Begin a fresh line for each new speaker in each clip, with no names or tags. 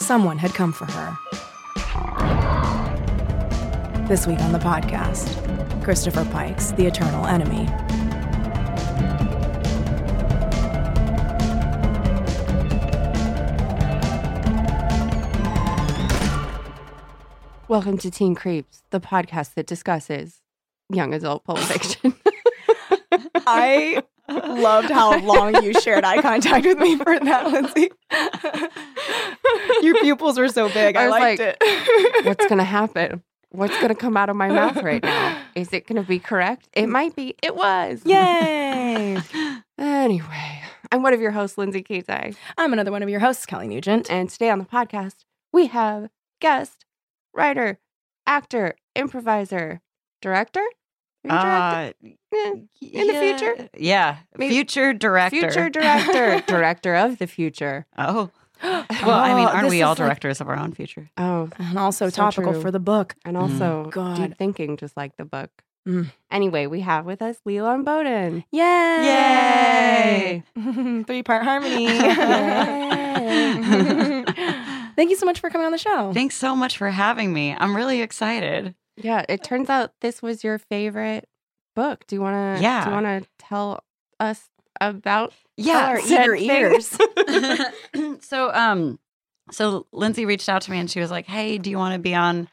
Someone had come for her. This week on the podcast, Christopher Pike's The Eternal Enemy.
Welcome to Teen Creeps, the podcast that discusses young adult pulp fiction.
I loved how long you shared eye contact with me for that, Lindsay. Your pupils were so big. I,
I was
liked
like,
it.
What's going to happen? What's going to come out of my mouth right now? Is it going to be correct? It might be. It was.
Yay!
Anyway, I'm one of your hosts, Lindsay Kizai.
I'm another one of your hosts, Kelly Nugent.
And today on the podcast, we have guest, writer, actor, improviser, director? Are you
Uh,
directing? Eh, in the future?
Yeah.
Maybe-
Future director.
Future director, director of the future.
Oh. Well, I mean,
Oh,
aren't
this
we all
is like-
directors of our own future?
Oh,
and also
So
topical
true.
for the book.
And
Mm.
also,
God.
deep thinking, just like the book.
Mm.
Anyway, we have with us Leland Bowden.
Yay!
Yay!
Three part harmony.
Yay.
Thank you so much for coming on the show.
Thanks so much for having me. I'm really excited.
Yeah, it turns out this was your favorite book. Do you want to? Do
Yeah.
you want to tell us about?
Tell
Yeah.
our
said
eager
thing.
ears.
so um so Lindsay reached out to me and she was like, "Hey, do you want to be on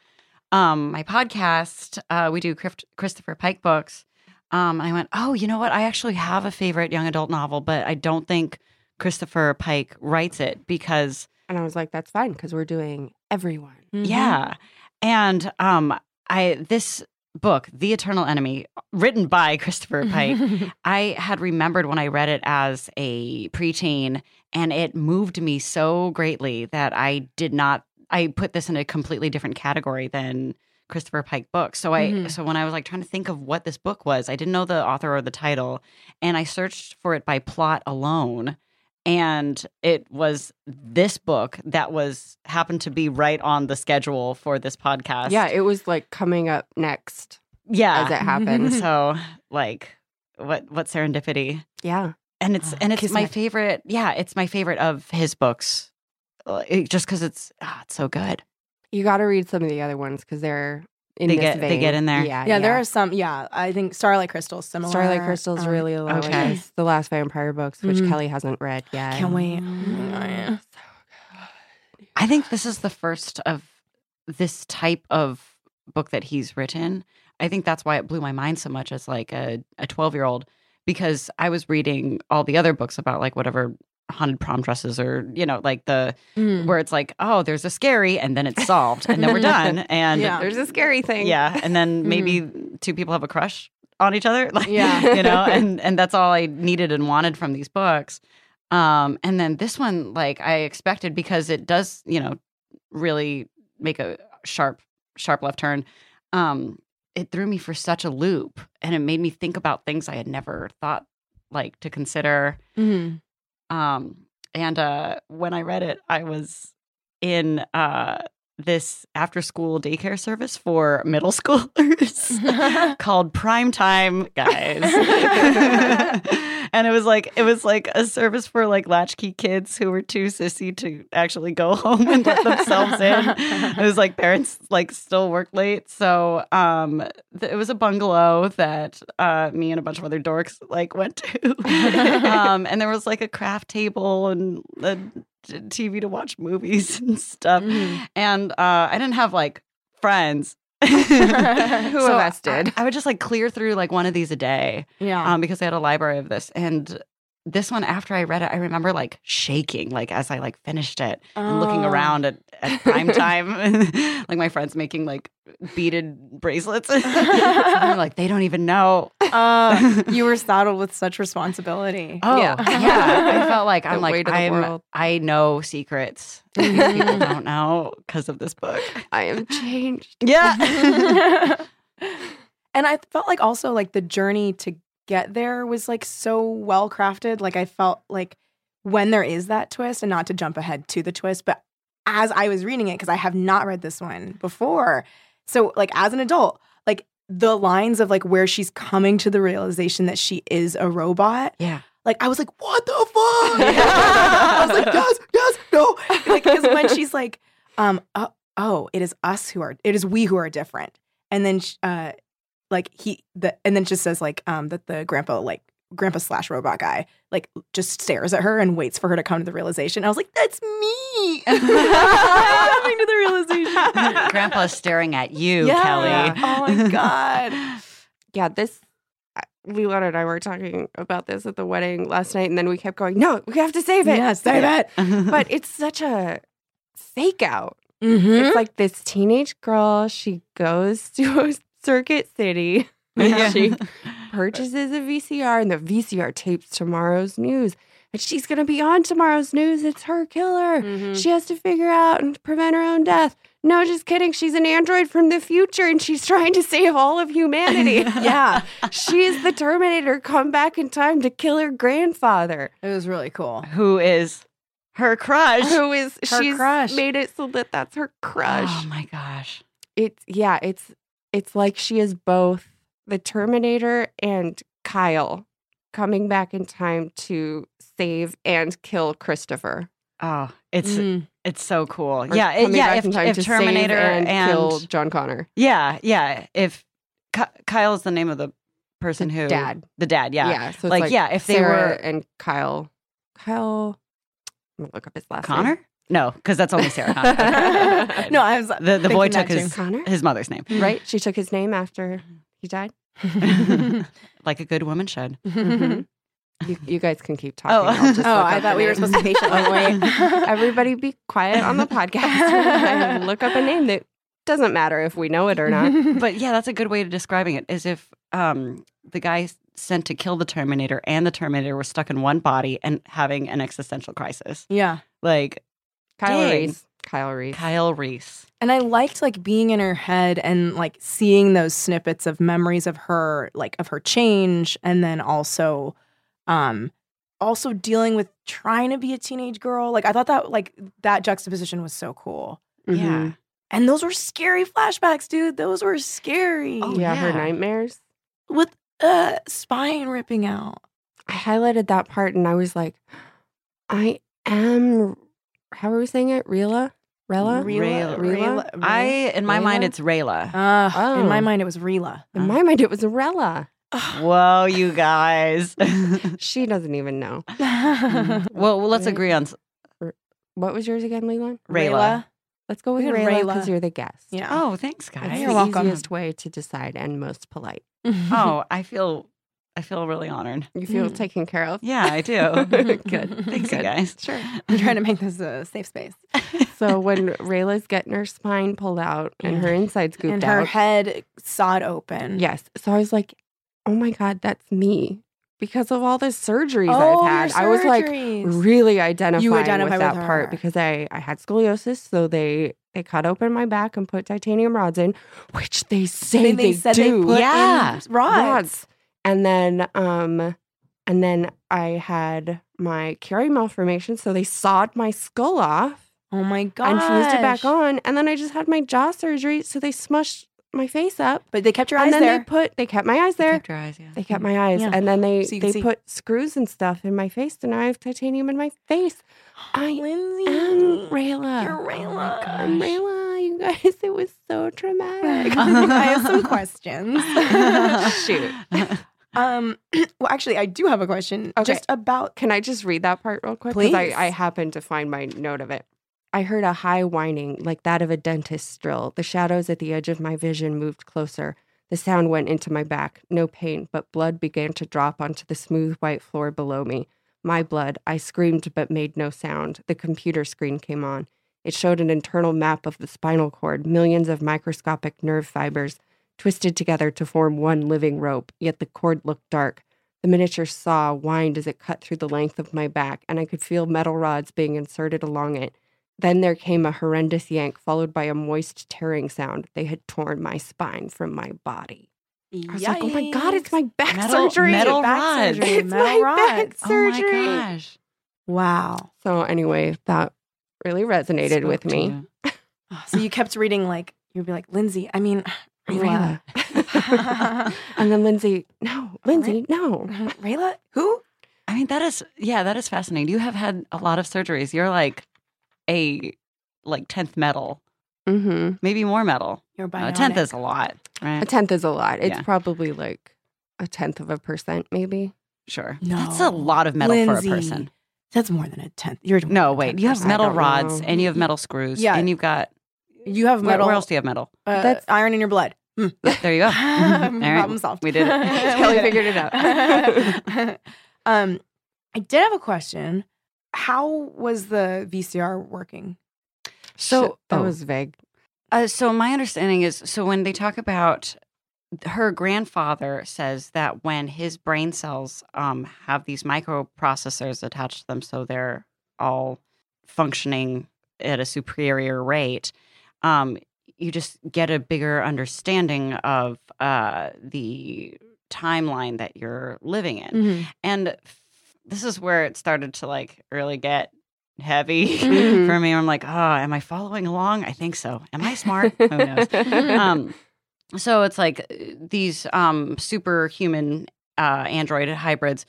um my podcast? Uh we do Christ- Christopher Pike books." Um and I went, "Oh, you know what? I actually have a favorite young adult novel, but I don't think Christopher Pike writes it because
And I was like, that's fine because we're doing everyone.
Mm-hmm.
Yeah. And um I this book, The Eternal Enemy, written by Christopher Pike, I had remembered when I read it as a preteen and it moved me so greatly that I did not I put this in a completely different category than Christopher Pike books. So I
Mm-hmm.
Mhm.
so when I was like trying to think of what this book was, I didn't know the author or the title and I searched for it by plot alone and it was this book that was happened to be right on the schedule for this podcast.
Yeah, it was like coming up next as mm-hmm. it
Yeah.
happened.
so like what what serendipity.
yeah,
And it's
Ah,
and it's my
kismet.
favorite. Yeah, it's my favorite of his books. Uh, it- just cuz it's ah, it's so good.
you got to read some of the other ones because they're in
They
this
get- they
vein.
get in there?
Yeah,
yeah, there are some. Yeah, I think Starlight Crystal's similar.
Starlight Crystal's
Um,
really allowing
okay.
us the last vampire books, which
Mm.
Mhm.
Kelly hasn't read yet.
Can't wait.
Mm.
I think this is the first of this type of book that he's written. I think that's why it blew my mind so much as like a a 12 year old because I was reading all the other books about like whatever haunted prom dresses or you know like the
Mm.
where it's like oh there's a scary and then it's solved and then we're done and
Yeah.
There's a scary thing. Mm.
yeah and then maybe two people have a crush on each other like
Yeah.
you know and and that's all i needed and wanted from these books um and then this one like i expected because it does you know really make a sharp sharp left turn um it threw me for such a loop and it made me think about things i had never thought like to consider
Mhm.
um, and uh, when I read it, I was in uh, this after school daycare service for middle schoolers called Prime Time Guys. and it was like it was like a service for like latchkey kids who were too sissy to actually go home and let themselves in. It was like parents like still work late, so um, th- it was a bungalow that uh, me and a bunch of other dorks like went to, um, and there was like a craft table and a t- TV to watch movies and stuff.
Mm-hmm.
Mhm.
And uh, I didn't have like friends.
Who
So
of us did?
I, I would just like clear through like one of these a day
Yeah.
um, because they had a library of this. And this one after I read it, I remember like shaking, like as I like finished it and Um,
Uh,
looking around at, at prime time, like my friends making like beaded bracelets. And I'm like, they don't even know.
Uh, you were saddled with such responsibility.
Oh yeah,
Yeah.
I felt like I'm
The weight
like
of the
I'm,
world.
I know secrets that people don't know because of this book.
I am changed.
Yeah,
and I felt like also like the journey to get there was like so well crafted. Like I felt like when there is that twist, and not to jump ahead to the twist, but as I was reading it, because I have not read this one before. So like as an adult, like the lines of like where she's coming to the realization that she is a robot.
yeah.
Like I was like, what the fuck?
Yeah.
I was like, yes, yes, no. Like because when she's like, um, uh, oh, it is us who are, it is we who are different. And then, sh- uh, like he, the, and then just says like, um, that the grandpa like grandpa slash robot guy like just stares at her and waits for her to come to the realization. I was like, that's me. I'm coming to the realization.
Grandpa's staring at you,
Yeah.
Kelly.
Oh my god.
yeah, this. I- Leona and I were talking about this at the wedding last night, and then we kept going, no, we have to save it.
yeah, say that.
But it's such a fake out.
Mm-hmm.
It's like this teenage girl, she goes to a Circuit City,
Yeah.
she purchases a VCR, and the VCR tapes tomorrow's news. And she's going to be on tomorrow's news. It's her killer.
Mm.
Mm-hmm.
She has to figure out and prevent her own death. No, just kidding. She's an android from the future and she's trying to save all of humanity.
Yeah,
she is the Terminator come back in time to kill her grandfather,
it was really cool.
who is her crush?
who is
Her
she's
crush.
made it so that that's her crush.
Oh my gosh.
It's yeah, it's it's like she is both the Terminator and Kyle coming back in time to save and kill Christopher.
Oh, it's
Mm.
it's so cool.
Or
yeah, it-
coming
yeah.
back
If,
in time
if
to save
Terminator and,
and kill John Connor.
yeah, yeah. If Ky- Kyle's the name of the person
The
who
dad.
the dad. Yeah,
yeah so it's
like, yeah. If they
Sarah
were
and Kyle. Kyle. I'm gonna look up his last
Connor, no, because that's only Sarah. Connor. Okay.
no, I was
the the
thinking
boy took
that
name.
his
Connor.
his mother's name,
right? She took his name after
Mm-hmm.
he died.
like a good woman should.
Mm-hmm.
Mhm. you, you guys can keep talking.
Mm-hmm. Oh.
I'll just
Oh,
look
Oh, I
up
thought
the
we were
name.
supposed to patiently wait.
Everybody be quiet on the podcast. and look up a name that doesn't matter if we know it or not.
but yeah, that's a good way of describing it. Is if um, the guy s- sent to kill the Terminator and the Terminator were stuck in one body and having an existential crisis,
yeah.
like
Kyle
Dang.
Reese. Kyle Reese.
Kyle Reese.
And I liked like being in her head and like seeing those snippets of memories of her, like of her change, and then also, um, also dealing with trying to be a teenage girl. Like I thought that like that juxtaposition was so cool.
Yeah.
Mhm.
And those were scary flashbacks, dude. Those were scary.
Oh,
yeah, her
yeah.
nightmares.
With uh spine ripping out.
I highlighted that part and I was like, I am, how are we saying it? Rila? Rela?
Rela.
Rela. Rela.
I in my mind
Rayla?
it's Rayla.
Uh, In my
Oh.
mind, it was Rela.
In my mind, it was Rela.
Whoa, you guys.
She doesn't even know.
well, well, let's
Ray-
agree on s-
What was yours again, Leland?
Rayla.
Let's go with
We had
Rayla
Rayla.
because you're the guest.
Yeah.
Oh, thanks,
It's
guys.
You're
the
welcome.
easiest way to decide and most polite.
Oh, I feel I feel really honored.
You feel
Mm.
taken care of.
Yeah, I do.
Good.
Thanks, you
Good.
guys.
Sure.
I'm trying to make this a safe space.
So when Rayla's getting her spine pulled out and her insides scooped
and her
out,
head sawed open.
yes. So I was like, oh my god, that's me because of all the surgeries
Oh,
I've had.
your
I was like,
surgeries.
really identifying
identify with
with that
her.
part because I, I had scoliosis, so they they cut open my back and put titanium rods in, which they say
They,
they,
they said
do.
they put
Yeah.
in rods.
rods. And then um and then I had my Curie malformation, so they sawed my skull off
Oh my gosh.
and fused it back on. And then I just had my jaw surgery, so they smushed my face up.
But they kept your eyes
And then
there.
they put they kept my eyes there.
Kept your eyes, yeah.
They kept my eyes,
Yeah.
and then they
So you can
they
see.
put screws and stuff in my face, and now I have titanium in my face. I
Lindsay.
am Rayla.
You're Um, Rayla.
gosh.
I'm Rayla. You guys, it was so traumatic.
I have some questions.
Shoot.
um, well, actually, I do have a question
Okay.
just about.
Can I just read that part real quick? Because I,
Please.
I happened to find my note of it. I heard a high whining, like that of a dentist's drill. The shadows at the edge of my vision moved closer. The sound went into my back. No pain, but blood began to drop onto the smooth white floor below me. my blood. I screamed but made no sound. The computer screen came on. It showed an internal map of the spinal cord, millions of microscopic nerve fibers twisted together to form one living rope, yet the cord looked dark. The miniature saw whined as it cut through the length of my back, and I could feel metal rods being inserted along it. Then there came a horrendous yank, followed by a moist tearing sound. They had torn my spine from my body. I was like, oh my God, it's my back
Metal-
surgery.
metal
Back
rods.
surgery,
it's
metal
my back
rods.
surgery.
Oh my gosh.
Wow.
So, anyway, that really resonated
Spoke
with
to
me.
you.
Oh, So you kept reading like you'd be like Lindsay. I mean, Rayla.
Rayla. and then Lindsay, no, Lindsay, no.
Rayla, who?
I mean, that is yeah, that is fascinating. You have had a lot of surgeries. You're like a like tenth metal,
Mm-hmm.
maybe more metal.
You're bionic.
A Uh, tenth is a lot,
A
right?
tenth is a lot. It's
Yeah.
probably like a tenth of a percent, maybe.
sure,
No.
that's a lot of metal
Lindsay.
for a person.
That's more than a tenth. You're
No, wait, you have
I
metal
don't
rods
know.
and you have metal screws.
Yeah.
and you've got
You have
where,
metal.
where else do you have metal?
uh,
That's-
iron in your blood. Hmm.
There you go. Mm-hmm. All right.
Problem solved.
we did it.
Kelly figured it out.
um, I did have a question. How was the VCR working?
So
Shit, that
oh.
was vague.
Uh, so my understanding is, so when they talk about her grandfather says that when his brain cells um, have these microprocessors attached to them, so they're all functioning at a superior rate, um, you just get a bigger understanding of uh, the timeline that you're living in. And f- this is where it started to like really get heavy
Mhm.
for me. I'm like, oh, am I following along? I think so. Am I smart? Who knows? Um, so it's like uh, these um, superhuman uh, android hybrids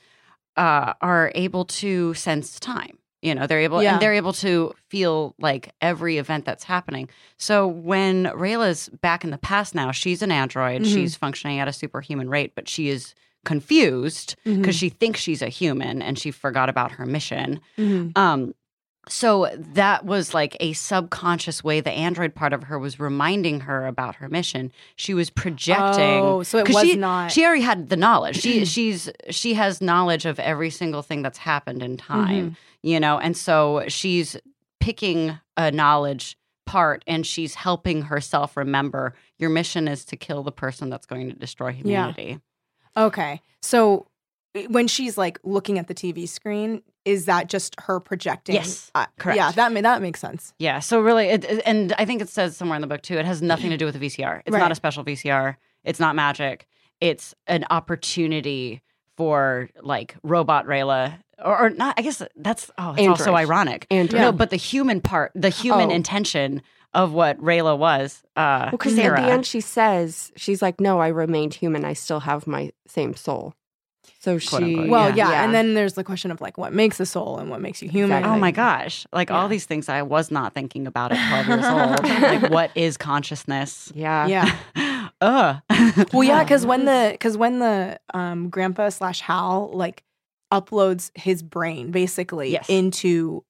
uh, are able to sense time. You know, they're able
Yeah.
and they're able to feel like every event that's happening. So when Rayla's back in the past now, she's an android.
Mhm.
She's functioning at a superhuman rate, but she is confused
Mm-hmm.
because she thinks she's a human and she forgot about her mission.
Mm-hmm.
Um, so that was like a subconscious way the android part of her was reminding her about her mission. She was projecting.
Oh, so it
'cause
was
she,
not.
She already had the knowledge. She she's she has knowledge of every single thing that's happened in time, you know, and so she's picking a knowledge part and she's helping herself remember your mission is to kill the person that's going to destroy humanity.
okay, so when she's like looking at the TV screen, is that just her projecting?
Yes,
Uh,
correct.
Yeah, that ma- that makes sense.
Yeah. So really, it, it- and I think it says somewhere in the book too. It has nothing to do with the VCR. It's
Right.
not a special VCR. It's not magic. It's an opportunity for like robot Rayla, or, or not. I guess that's oh, it's also
Android.
ironic.
Android.
No, but the human part, the human
Oh.
intention of what Rayla was. Uh,
Well, because at
Sarah.
the end she says, she's like, no, I remained human. I still have my same soul. So she.
Quote, unquote,
Well,
Yeah.
yeah. and then there's the question of like what makes a soul and what makes you human.
Exactly.
Oh my gosh! Like all
Yeah.
these things, I was not thinking about at twelve years old. like what is consciousness?
Yeah.
Yeah.
Ugh.
Well, yeah,
Yeah.
because when the because when the um, grandpa slash Hal like uploads his brain basically
Yes.
into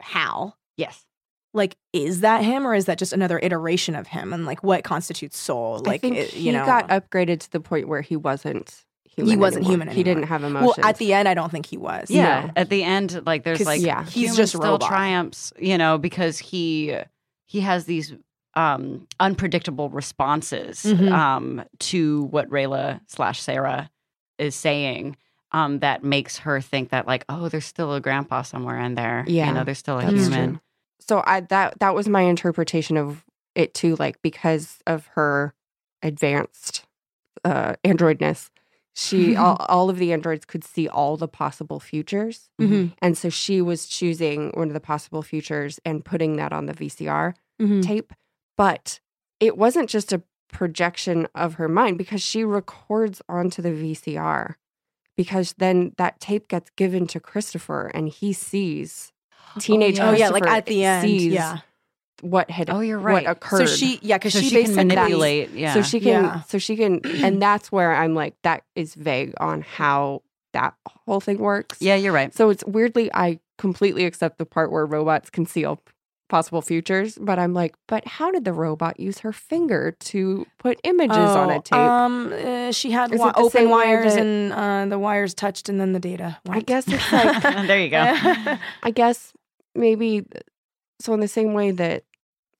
Hal,
yes.
like is that him or is that just another iteration of him? And like what constitutes soul? Like
I think
it-
he
you know,
got upgraded to the point where he wasn't human.
wasn't
anymore.
human
He
anymore.
didn't have emotions.
well at the end, I don't think he was.
Yeah.
No.
At the end, like there's
'Cause
like
yeah.
he's
human
just
still
robot.
triumphs, you know, because he he has these um unpredictable responses
Mhm.
um to what Rayla slash Sarah is saying. Um, that makes her think that like, oh, there's still a grandpa somewhere in there.
Yeah.
You know, there's still a
That's
human.
true. So I that that was my interpretation of it too, like because of her advanced uh androidness, she all, all of the androids could see all the possible futures.
Mhm.
And so she was choosing one of the possible futures and putting that on the VCR
Mhm.
tape. But it wasn't just a projection of her mind because she records onto the VCR because then that tape gets given to Christopher and he sees teenage
yeah.
Oh yeah, like
Christopher
at the end.
sees
Yeah.
what had
Oh, you're
what
right.
So
occurred.
she yeah, because
so
she,
she, can
basically
manipulate. Yeah.
so she can
Yeah.
so she can and that's where I'm like that is vague on how that whole thing works.
yeah, you're right.
So it's weirdly I completely accept the part where robots can see all possible futures, but I'm like, but how did the robot use her finger to put images on
Oh,
a tape?
Um, uh, she had
Is
wi-
it the
open
same way
wires,
that-
and uh, the wires touched, and then the data.
I
went.
guess it's like
there you go.
I guess maybe uh, so in the same way that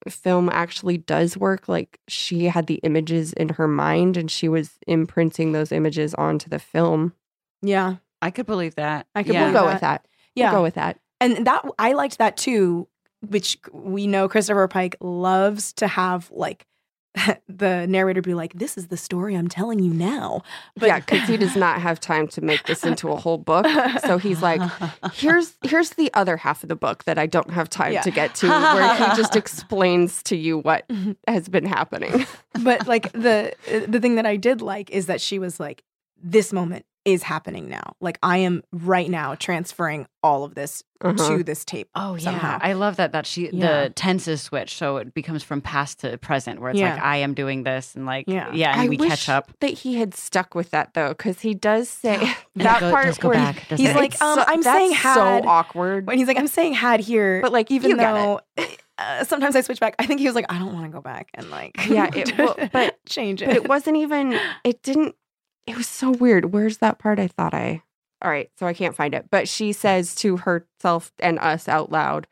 film actually does work like she had the images in her mind and she was imprinting those images onto the film.
yeah,
I could believe that.
I could
yeah.
We'll go with that.
yeah.
We'll go with that.
and that I liked that too, which we know Christopher Pike loves to have like the narrator be like, "This is the story I'm telling you now."
But yeah, cuz he does not have time to make this into a whole book. So he's like here's here's the other half of the book that I don't have time
Yeah.
to get to where he just explains to you what has been happening.
but like the uh, the thing that I did like is that she was like, "This moment is happening now. Like I am right now transferring all of this
Uh-huh.
to this tape."
Oh yeah,
somehow.
I love that. That she
Yeah.
the tenses switch, so it becomes from past to present, where it's like
Yeah.
I am doing this, and like yeah,
Yeah.
and
I
we
wish
catch up.
that he had stuck with that though, because he does say
And
that
it go-
part
does go
where
back. doesn't
he's
it?
like, um, I'm
that's
saying had-
so awkward.
When he's like, "I'm saying had here,"
But like, even
you
though
know, uh, sometimes I switch back. I think he was like, I don't want to go back and like,
Yeah, it- well, but-
change it.
but it wasn't even, it didn't. It was so weird. Where's that part? I thought I. All right, so I can't find it. But she says to herself and us out loud,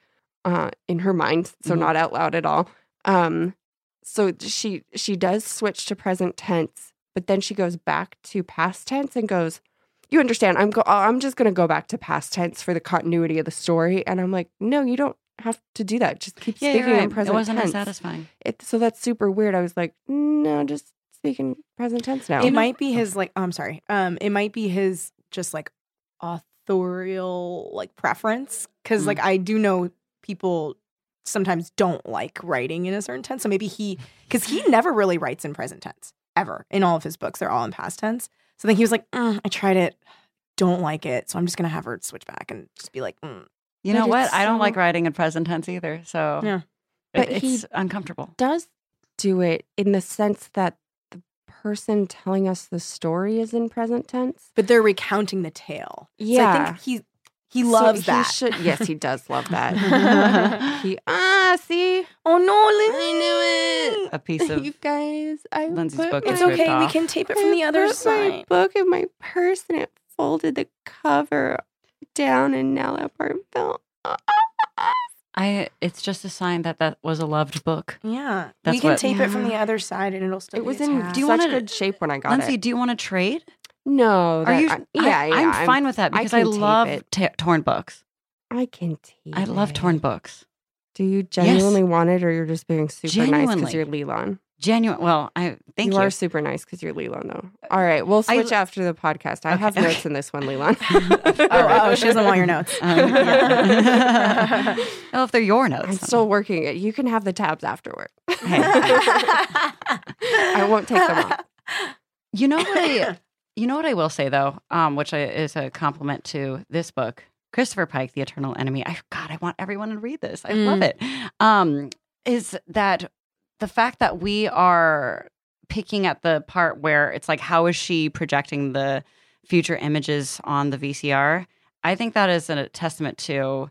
uh, in her mind, so
Mhm.
not out loud at all. Um, so she she does switch to present tense, but then she goes back to past tense and goes, "You understand? I'm go. I'm just gonna go back to past tense for the continuity of the story." And I'm like, "No, you don't have to do that. Just keep
yeah, you're
speaking
right.
in present
It wasn't as
tense."
satisfying.
it, so that's super weird. I was like, no, just speaking present tense now.
it might be his like. I'm sorry. Um, it might be his just like authorial like preference because
Mm.
like I do know people sometimes don't like writing in a certain tense. So maybe he because he never really writes in present tense ever in all of his books. They're all in past tense. So then he was like, "Mm, I tried it. Don't like it. So I'm just gonna have her switch back and just be like, mm.
You
But
know what?
it's
I don't like
so-
writing in present tense either. So
Yeah.
it-
But
it's
he-
uncomfortable.
does do it in the sense that the person telling us the story is in present tense.
but they're recounting the tale. So I
Yeah.
think he he
So
loves that.
should- yes, he does love that.
that.
He ah, see,
oh
I
no,
knew it.
A piece of
you guys, I
Lindsay's
put
book
my-
is
It's
ripped
okay. We
off.
can tape it
I
from the other
put My
side.
book in my purse, and it folded the cover down, and now that part fell.
I. It's just a sign that that was a loved book.
Yeah,
That's
we can
what-
tape it from the other side, and it'll still.
It
be
was in
attached.
Do you
such
wanna-
good shape when I got
Lindsay,
it.
do you want to trade?
No,
Are
that-
you?
I, yeah,
I,
yeah,
I'm fine with that
I
because I,
can tape
love
it.
t- torn books.
I can tape.
I love
it.
torn books.
Do you genuinely want it, or you're just being super nice
Genuinely.
because you're Leland?
Genuine. Well, I thank
you,
you. Uh,
are super nice because you're Leland, though. All right, we'll
I-
switch after the podcast. I
Okay,
have
okay.
notes in this one, Leland.
Oh, oh, she doesn't want your notes.
Um, yeah. oh, if they're your notes,
I'm
then-
still working it. You can have the tabs afterward.
Hey. Oh.
I won't take them off.
You know what I you know what I will say though, um, which I, is a compliment to this book, Christopher Pike, The Eternal Enemy. I God, I want everyone to read this. I love it. Um, is that the fact that we are picking at the part where it's like, how is she projecting the future images on the VCR? I think that is a testament to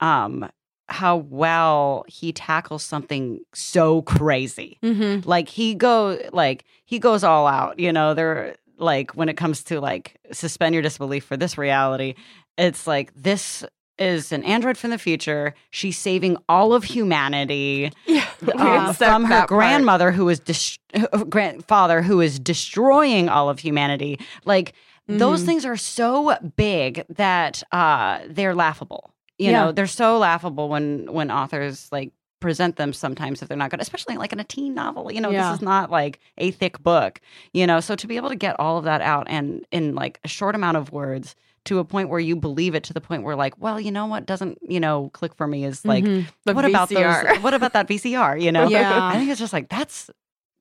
um, how well he tackles something so crazy
Mm-hmm.
like he go like he goes all out you know they're like when it comes to like suspend your disbelief for this reality it's like this is an android from the future she's saving all of humanity
Yeah,
uh, from her grandmother who is dis- uh, grandfather who is destroying all of humanity like
Mm-hmm.
those things are so big that uh they're laughable you
Yeah.
know they're so laughable when when authors like present them sometimes if they're not good especially like in a teen novel you know
Yeah.
this is not like a thick book you know so to be able to get all of that out and in like a short amount of words to a point where you believe it to the point where like well you know what doesn't you know click for me
Mm-hmm.
is like what about those what about that VCR you know
Yeah.
I think it's just like that's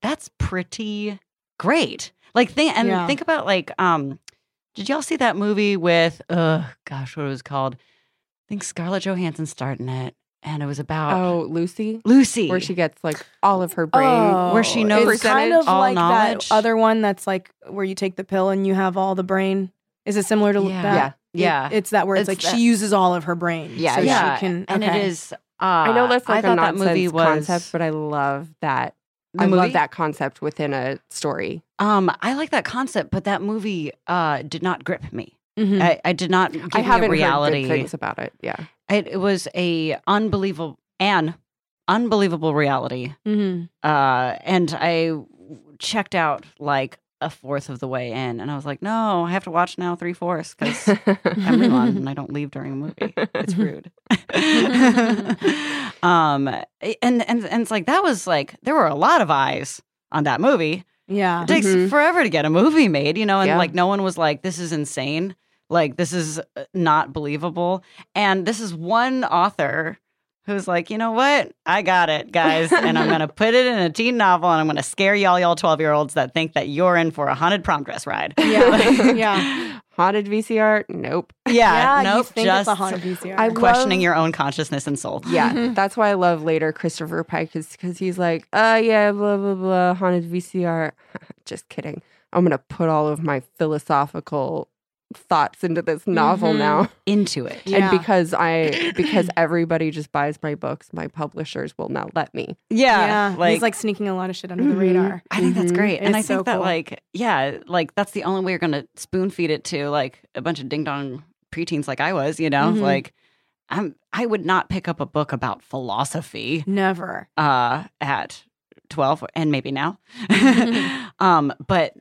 that's pretty great. Like think and
Yeah.
think about like um did y'all see that movie with uh gosh what it was called? I think Scarlett Johansson starred in it and it was about
Oh, Lucy,
Lucy.
where she gets like all of her brain.
where she
Oh,
knows
it's kind of
all
like
knowledge.
that other one that's like where you take the pill and you have all the brain. Is it similar to
Yeah.
that?
Yeah.
It- it's that where it's,
It's
like
that-
she uses all of her brain.
Yeah,
so
yeah.
she can.
and
okay.
it is Uh,
I know that's like
I
a
thought that
nonsense
movie was
concept, but I love that.
the
I
movie?
love that concept within a story.
Um, I like that concept, but that movie uh did not grip me.
Mm-hmm. Mm.
I, I did not. Give
I haven't
me a
reality.
reality.
heard good things about it. Yeah,
it, it was a unbelievable an unbelievable reality.
Mm-hmm.
Uh, and I checked out like a fourth of the way in, and I was like, no, I have to watch now three fourths because I'm Mulan and I don't leave during a movie. It's rude. um, and and and it's like that was like there were a lot of eyes on that movie.
Yeah.
It takes
Mm-hmm.
Mhm.
forever to get a movie made, you know, and
Yeah.
like no one was like, this is insane. Like, this is uh, not believable. And this is one author who's like, you know what? I got it, guys. and I'm going to put it in a teen novel and I'm going to scare y'all, y'all 12 year olds that think that you're in for a haunted prom dress ride.
Yeah. Yeah.
haunted VCR. Nope.
Yeah.
you
nope.
think it's
just
a haunted VCR.
I
questioning
love-
your own consciousness and soul.
Yeah, that's why I love later Christopher Pike is because he's like, uh, yeah, blah blah blah, haunted VCR. Just kidding. I'm gonna put all of my philosophical thoughts into this novel
Mhm.
now,
Into it.
Yeah.
and because I because everybody just buys my books, my publishers will not let me.
Yeah. Mm-hmm.
he's like sneaking a lot of shit under the
Mhm.
radar.
I think that's
Mhm.
great.
It
and
is
I think
Mm-hmm. so
that
cool.
like, yeah, like that's the only way you're gonna spoon feed it to like a bunch of ding dong preteens like I was, you know?
Mhm.
Like I'm I would not pick up a book about philosophy
Never.
uh at twelve and maybe now.
Mhm.
um, but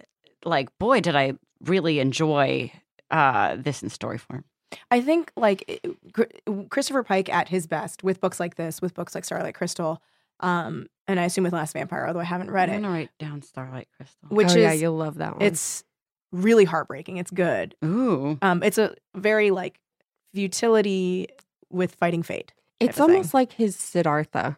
like boy did I really enjoy uh this in story form.
I think like it- Chr- Christopher Pike at his best with books like this, with books like Starlight Crystal, um, and I assume with Last Vampire, although I haven't read
I'm
it,
gonna write down Starlight Crystal.
which
oh,
is
yeah, you'll love that one.
it's really heartbreaking. It's good.
Ooh.
Um, it's a very like futility with fighting fate.
it's
a thing.
almost like his Siddhartha.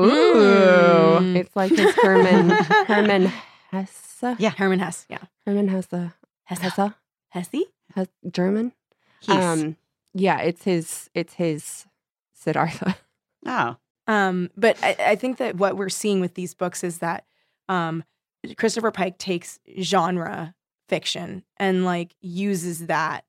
Ooh.
Mm.
It's like his Herman Herman Hesse.
Yeah.
Herman Hess, yeah,
Herman Hesse.
Hesse,
Hesse.
Hesse,
Hesse. German. Um,
Heath.
yeah, it's his. It's his Siddhartha.
oh.
Um, but I, I think that what we're seeing with these books is that um, Christopher Pike takes genre fiction and like uses that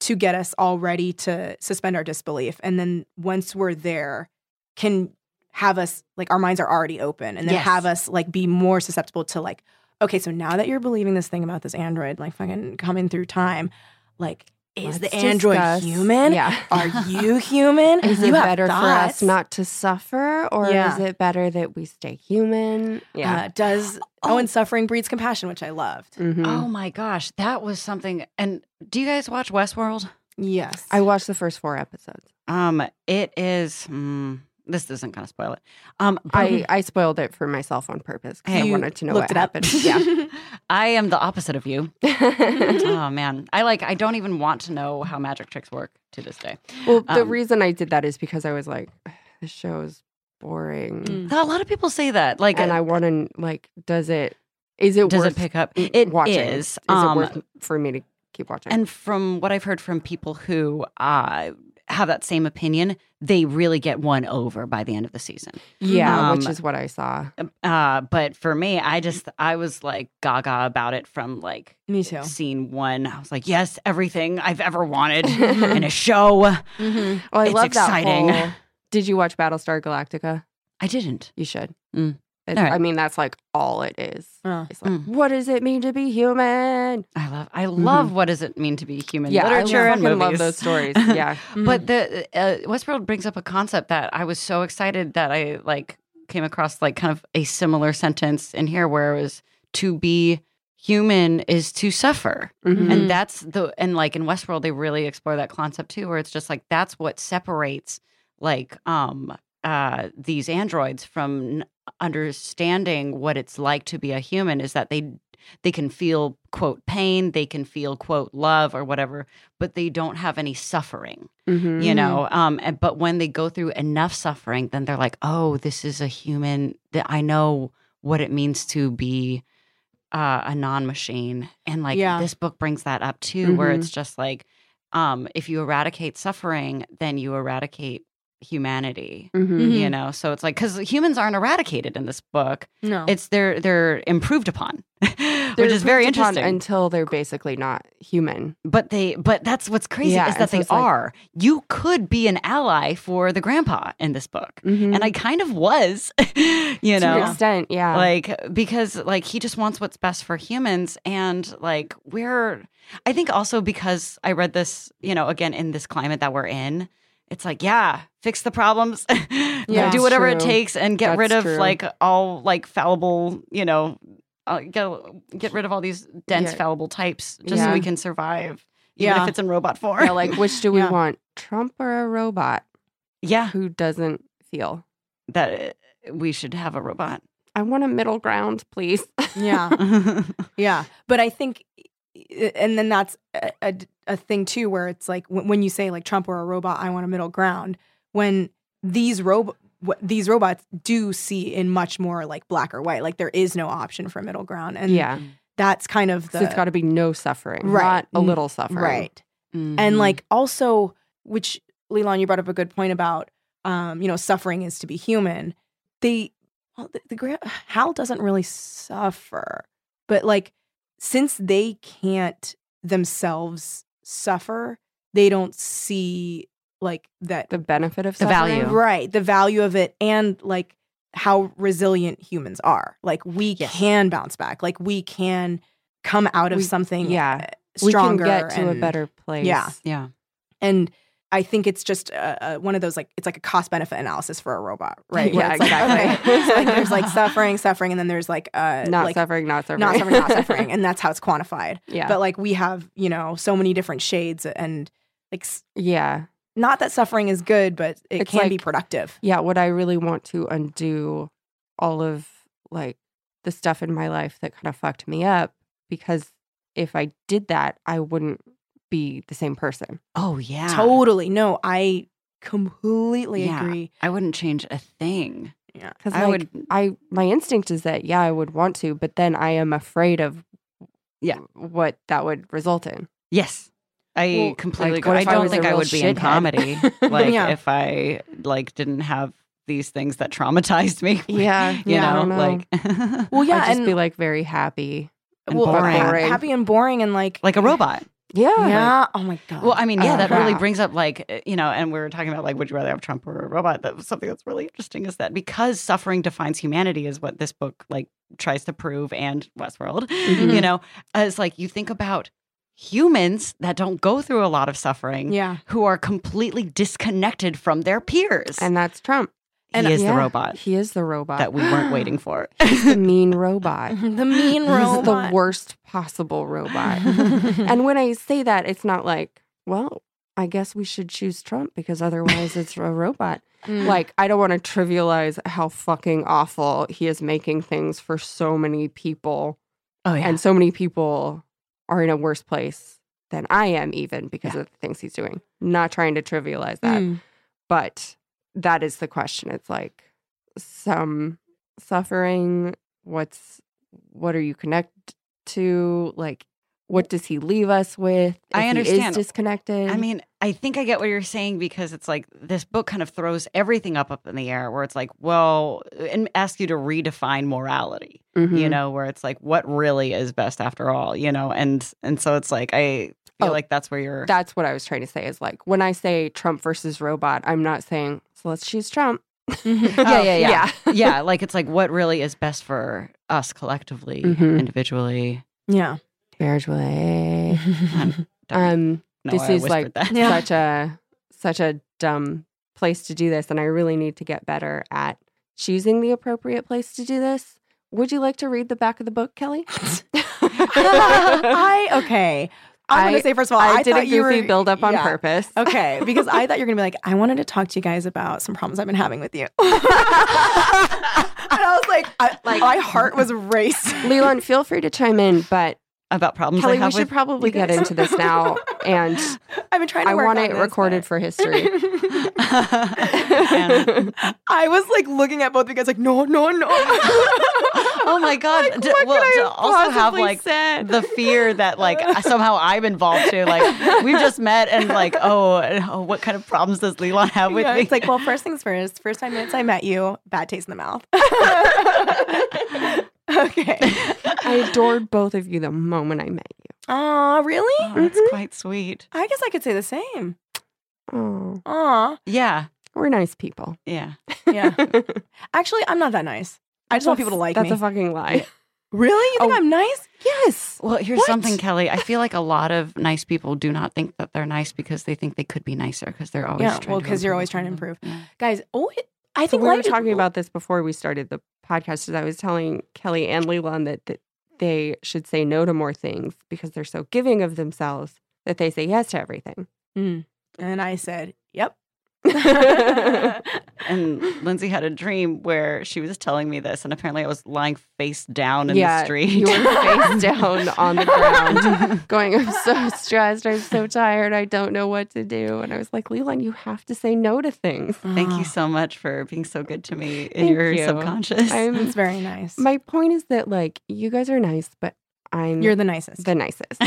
to get us all ready to suspend our disbelief, and then once we're there, can have us like our minds are already open, and then
Yes.
have us like be more susceptible to like, okay, so now that you're believing this thing about this android like fucking coming through time, like is the
Let's
android
discuss-
human?
Yeah.
Are you human?
Is
you
it
have
better for us
thoughts.
not to suffer, or
Yeah.
is it better that we stay human? Yeah.
uh, does oh.
Oh.
and suffering breeds compassion, which I loved.
Mhm.
Oh
Mm-hmm.
my gosh, that was something. And do you guys watch Westworld?
Yes,
I watched the first four episodes.
Um, it is. Mm, this isn't gonna spoil it. Um,
I, I spoiled it for myself on purpose because I
Hey,
wanted to know
looked
what
it up.
happened. Mm. yeah.
I am the opposite of you. oh man, I like. I don't even want to know how magic tricks work to this day.
Well, the
Um,
reason I did that is because I was like, this show is boring,
Mm.
A lot of people say that. Like,
and I want to like, does it? Is it
does
worth
it pick up?
m-
It
watching?
is,
Is
um,
it worth for me to keep watching?
And from what I've heard from people who uh, have that same opinion, they really get won over by the end of the season.
Mm-hmm. yeah, which
um,
is what I saw.
Uh, but for me, I just I was like gaga about it from like
Mm-hmm.
me too.
scene one. I was like, yes, everything I've ever wanted in a show.
Well, Oh, I
It's
love
exciting.
that. Whole, did you watch Battlestar Galactica?
I didn't.
You should.
Mm.
It-
All right.
I mean, that's like all it is.
Oh.
It's like,
Mm.
what does it mean to be human?
I love. I love. What does it mean to be human?
Mm-hmm. Yeah,
literature
I
and
fucking love
movies.
those stories. Mm-hmm. Yeah,
But the uh, Westworld brings up a concept that I was so excited that I like came across like kind of a similar sentence in here where it was to be human is to suffer.
Mhm.
And that's the and like in Westworld they really explore that concept too, where it's just like that's what separates like um uh these androids from n- understanding what it's like to be a human is that they they can feel quote pain, they can feel quote love or whatever, but they don't have any suffering,
Mhm.
you know. Um and, but when they go through enough suffering, then they're like, "Oh, this is a human that I know what it means to be uh, a non-machine." And like
Yeah.
this book brings that up
Mm-hmm.
too where it's just like um if you eradicate suffering, then you eradicate humanity.
Mhm.
You know, so it's like because humans aren't eradicated in this book.
mm-hmm. No.
It's they're they're improved upon,
They're
which is very
improved upon
interesting.
until they're basically not human.
but they but that's what's crazy
Yeah,
is
and
that
so
they
it's like-
are. you could be an ally for the grandpa in this book, and
Mm.
I kind of was. Mm-hmm. you
to
know,
an extent, yeah.
like because like he just wants what's best for humans and like we're i think also because i read this you know again in this climate that we're in it's like yeah fix the problems yeah,
That's
do whatever it
true.
takes and get rid
That's
of
true.
like all like fallible you know uh, get get rid of all these dense
Yeah.
fallible types just so
Yeah.
we can survive even
Yeah.
if it's in robot form
yeah, like which do we
Yeah.
want, Trump or a robot
yeah
who doesn't feel?
that uh, we should have a robot
I want a middle ground, please.
yeah. Yeah, but I think, eh, and then that's a, a, a thing too, where it's like when when you say like Trump or a robot, I want a middle ground. When these rob what these robots do see in much more like black or white, like there is no option for middle ground, and
yeah,
that's kind of
so
the
it's got to be no suffering,
Right.
not a
Mm.
little suffering,
right.
Mm-hmm.
and like also which Leland, you brought up a good point about um you know suffering is to be human they well the, the gra- hal doesn't really suffer but like since they can't themselves suffer they don't see like that
The benefit of
The
suffering.
value.
right the value of it and like how resilient humans are like we
Yes.
can bounce back like we can come out of
We-
something eh,
yeah.
stronger
we can get to a
and-
better place.
Yeah.
Mm-hmm. yeah
and I think it's just uh, uh, one of those like it's like a cost benefit analysis for a robot, right?
Yeah,
Where it's like,
exactly.
okay, so, like, there's like suffering, suffering, and then there's like uh,
Not
like,
suffering, not suffering,
not suffering, not suffering, and that's how it's quantified.
yeah,
But like we have you know so many different shades, and like s-
yeah,
not that suffering is good, but it
It's
can be
like-
productive.
yeah. Would I really want to undo all of like the stuff in my life that kind of fucked me up? Because if I did that, I wouldn't be the same person.
oh yeah
Totally, no, I completely
Yeah.
agree.
I wouldn't change a thing.
Yeah,
Because
I
like,
would.
I my instinct is that yeah, I would want to, but then I am afraid of
Yeah.
what that would result in.
Yes, I
Well,
completely.
like,
agree.
what
I
if I
don't
was a
think I
real
would be in
shithead?
comedy. like
Yeah.
if I like didn't have these things that traumatized me.
Yeah,
you
yeah, I
know,
don't know.
like
well, yeah,
I'd just
and
be like very happy.
and
well,
boring.
ha-
boring.
happy and boring, and like
like a robot.
Yeah,
yeah. Oh my god.
Well, I mean, yeah,
Oh,
that really
crap.
brings up like uh, you know, and we were talking about like, would you rather have Trump or a robot? That was something that's really interesting is that because suffering defines humanity is what this book like tries to prove, and Westworld,
Mhm.
you know, it's like you think about humans that don't go through a lot of suffering.
yeah.
who are completely disconnected from their peers.
and that's Trump.
he is
yeah,
the robot
He is the robot.
that we weren't waiting for.
the mean robot.
the mean
This is the
robot.
worst possible robot. and when I say that, it's not like, well, I guess we should choose Trump because otherwise it's a robot.
Mm.
Like, I don't want to trivialize how fucking awful he is making things for so many people.
oh
And so many people are in a worse place than I am, even because of the things he's doing. Not trying to trivialize that.
Mm.
But that is the question. It's like some suffering. What's what are you connected to? Like, what does he leave us with? If
I
He
understand.
is disconnected.
I mean, I think I get what you're saying because it's like this book kind of throws everything up up in the air where it's like, well, and ask you to redefine morality,
Mhm.
you know, where it's like what really is best after all, you know, and and so it's like I feel
Oh,
like that's where you're
that's what I was trying to say. Is like when I say Trump versus robot, I'm not saying so. Let's choose Trump.
Mm-hmm.
Oh, yeah, yeah.
yeah.
yeah, like it's like what really is best for us collectively,
Mhm.
individually.
Yeah.
Spiritually.
Darn.
Um,
No,
this
I
is
whispered
like
that.
Yeah.
such a such a dumb place to do this and i really need to get better at choosing the appropriate place to do this would you like to read the back of the book kelly i,
I okay. I, want
I-
to say first of all, I,
did a
thought
goofy
you were,
build up on
yeah.
purpose
Okay, because I thought you were gonna be like, I wanted to talk to you guys about some problems I've been having with you. and I was like, I,
Like-
my heart was racing.
Leland, feel free to chime in, but
about problems I
Kelly, we
have
should
with
probably get into this now and
I've been trying to
I
work
want
on
it
this,
recorded
but-
for history.
Anna.
I was like looking at both because like no no no.
Oh my god!
Like,
To-
what
well,
could I
to
have
also have
possibly
like
said?
the fear that like somehow I'm involved too. Like we've just met and like oh, oh, what kind of problems does Leland have with
Yeah,
me?
it's like well first things first. First five minutes I met you, bad taste in the mouth. okay.
I adored both of you the moment I met you.
Aw, really?
oh,
Mm.
that's quite sweet.
I guess I could say the same.
Oh,
Aw.
Yeah,
we're nice people.
yeah.
Yeah. Actually, I'm not that nice. I just want people to like
That's
me.
a fucking lie.
really? You think
Oh.
I'm nice?
yes.
Well, here's
What?
something, Kelly. I feel like a lot of nice people do not think that they're nice because they think they could be nicer because they're always
Yeah,
trying
well,
to
'cause you're always trying to Guys, oh it, I
So
think
we were
life-
talking about this before we started the podcast. Is I was telling Kelly and Leland that, that they should say no to more things because they're so giving of themselves that they say yes to everything.
and I said, Yep.
And Lindsay had a dream where she was telling me this, and apparently I was lying face down in the street.
You were face down on the ground, going, I'm so stressed. I'm so tired. I don't know what to do. And I was like, Leland, you have to say no to things.
Thank you so much for being so good to me in
Thank
your
you.
subconscious.
I'm,
It's very nice.
my point is that, like, you guys are nice, but I'm
You're the nicest.
the nicest.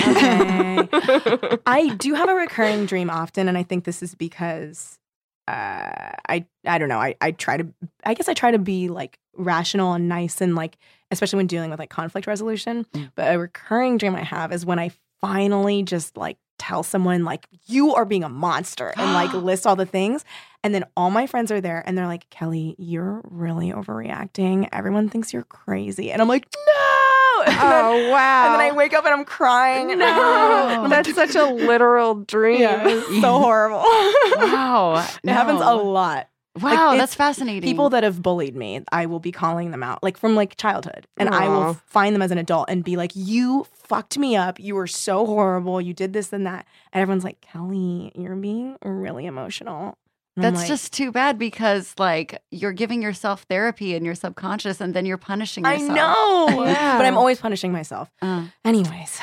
Okay. I do have a recurring dream often, and I think this is because uh, I I don't know. I, I try to I guess I try to be like rational and nice and like especially when dealing with like conflict resolution.
Yeah.
Mm.
But a recurring dream I have is when I finally just like tell someone like you are being a monster and like list all the things and then all my friends are there and they're like Kelly you're really overreacting everyone thinks you're crazy and I'm like no And then-
Oh, wow.
and then I wake up and I'm crying. and
No.
I'm like,
That's such a literal dream.
yeah, it's so horrible.
wow.
It happens a lot.
Wow,
it's
that's fascinating.
People that have bullied me, I will be calling them out, like from like childhood, and I will
Aw.
f- find them as an adult and be like, "You fucked me up. You were so horrible. You did this and that." And everyone's like, "Kelly, you're being really emotional." And I'm
that's
like,
just too bad because like you're giving yourself therapy in your subconscious and then you're punishing
I
yourself.
know,
Yeah.
but I'm always punishing myself.
Uh,
Anyways,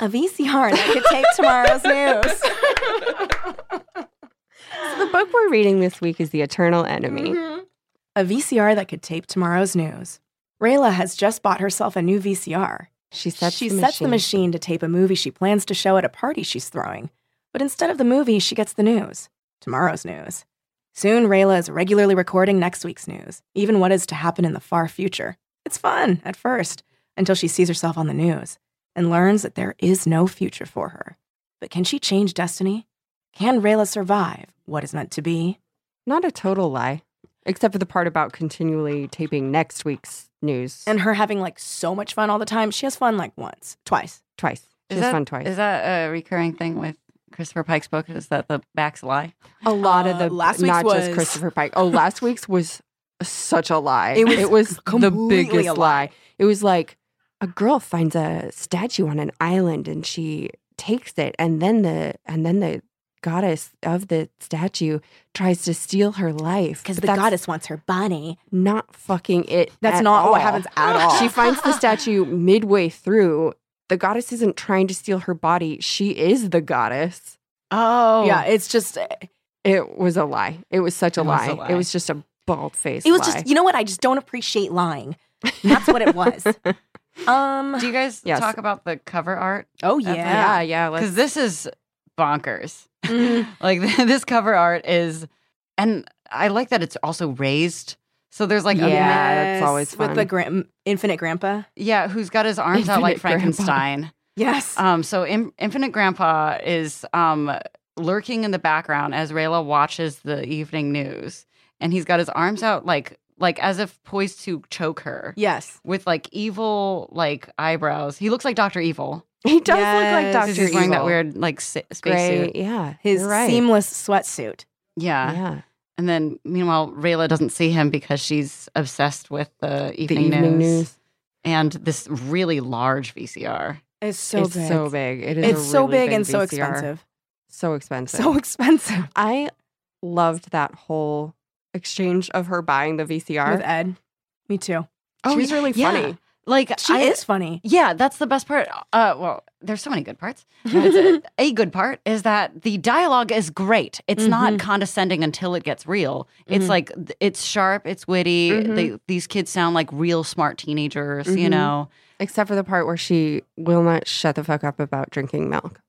a VCR that could tape tomorrow's news.
The book we're reading this week is The Eternal Enemy.
A VCR that could tape tomorrow's news. Rayla has just bought herself a new VCR.
She sets,
she
the,
sets the
machine.
machine to tape a movie she plans to show at a party she's throwing. But instead of the movie, she gets the news. Tomorrow's news. Soon, Rayla is regularly recording next week's news, even what is to happen in the far future. It's fun, at first, until she sees herself on the news and learns that there is no future for her. But can she change destiny? Can Rayla survive what is meant to be?
Not a total lie, except for the part about continually taping next week's news
and her having like so much fun all the time. She has fun like once, twice.
twice. She
is
has
that,
fun twice.
Is that a recurring thing with Christopher Pike's book? Is that the back's lie?
a lot of
Uh,
the
last week's
not just
was-
Christopher Pike. Oh, last week's was such a lie.
It was
the
completely
biggest
a
lie.
lie.
It was like a girl finds a statue on an island and she takes it, and then the and then the goddess of the statue tries to steal her life
Because
But
the
that's
goddess wants her bunny.
Not fucking it.
That's
at
not what
all.
happens at all.
She finds the statue midway through. The goddess isn't trying to steal her body. She is the goddess.
Oh,
Yeah, it's just eh, it
It was a lie. It was such a,
It was
lie.
a
It
lie.
was just a bald face.
was just you know what? I just don't appreciate lying. That's what it was. Um
Do you guys
Yes.
talk about the cover art?
Oh
That's
yeah.
yeah, yeah. let's-
Because this is bonkers.
Mhm.
like this cover art is, and I like that it's also raised. So there's like a
Yeah. that's always
With the
fun.
gra- infinite grandpa.
Yeah, who's got his arms out like
Infinite Grandpa.
Frankenstein.
Yes.
Um, so Im- Infinite Grandpa is um, lurking in the background as Rayla watches the evening news, and he's got his arms out like like as if poised to choke her
yes.
with like evil like eyebrows. He looks like Doctor Evil
he does
Yes.
look like Doctor
because he's wearing that
Evil.
weird like si-
gray.
spacesuit.
Yeah,
His
you're right.
seamless sweatsuit.
Yeah.
yeah,
and then meanwhile Rayla doesn't see him because she's obsessed with the
the
evening,
evening
news.
news.
and this really large VCR.
It's so
it's
big.
so big. It is.
It's
a
so
really
big, and so
VCR.
expensive.
So expensive.
So expensive.
I loved that whole exchange of her buying the VCR.
With Ed. Me too.
She was
Oh, yeah.
really
Yeah.
funny.
Like
Oh, She
I,
is funny.
Yeah, that's the best part. Uh, well, there's so many good parts. Uh, It's a, a good part is that the dialogue is great. It's not
Mhm.
condescending until it gets real. It's
Mhm.
like th- it's sharp, it's witty.
Mhm.
They, these kids sound like real smart teenagers, you
Mhm.
know.
Except for the part where she will not shut the fuck up about drinking milk.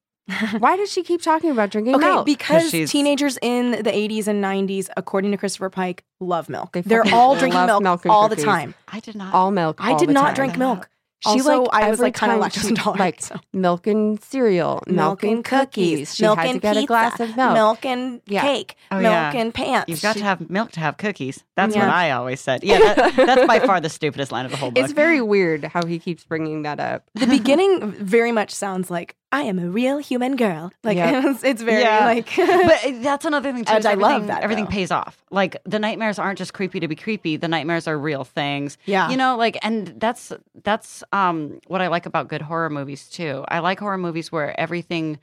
Why does she keep talking about drinking
Okay,
milk?
because
she's-
teenagers in the 80s and 90s, according to Christopher Pike, love milk.
They
They are
fucking
all
love
drinking milk,
milk and
all the
cookies.
time.
I did not.
all milk.
I
all
did
the
not
time.
drink milk. She
Also,
like I was
every
like kind of
time
lactose
she-
intolerant.
like,
so.
milk and cereal, milk, and cookies. She
milk
had
and
to get
pizza,
a glass of milk.
milk and
Yeah.
cake,
Oh,
milk
yeah.
and pants.
You've got
She-
to have milk to have cookies. That's what
Yeah.
I always said. Yeah, that, that's by far the stupidest line of the whole book.
It's very weird how he keeps bringing that up.
the beginning very much sounds like I am a real human girl. Like
Yep.
it's, it's very
Yeah.
like
but uh, that's another thing too.
And
is
I love
everything-
that,
Everything
though.
pays off. Like the nightmares aren't just creepy to be creepy. The nightmares are real things.
Yeah.
You know, like and that's that's um what I like about good horror movies too. I like horror movies where everything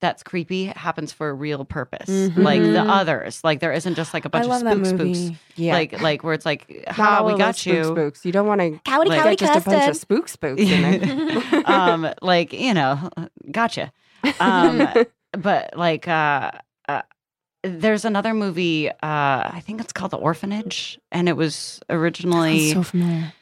that's creepy happens for a real purpose. Like the
Mhm.
others. Like there isn't just like a bunch
I love
of spook
that movie.
spooks.
Yeah.
Like like where it's like,
Not
ha,
all
we
of
got
those
you.
Spook, spooks. You don't want to
Cowdy
Like,
cowdy
get just a bunch of
custard.
spook spooks in there.
um, like you know, gotcha. Um, but like, uh, uh, there's another movie. Uh, I think it's called The Orphanage, and it was originally.
so familiar.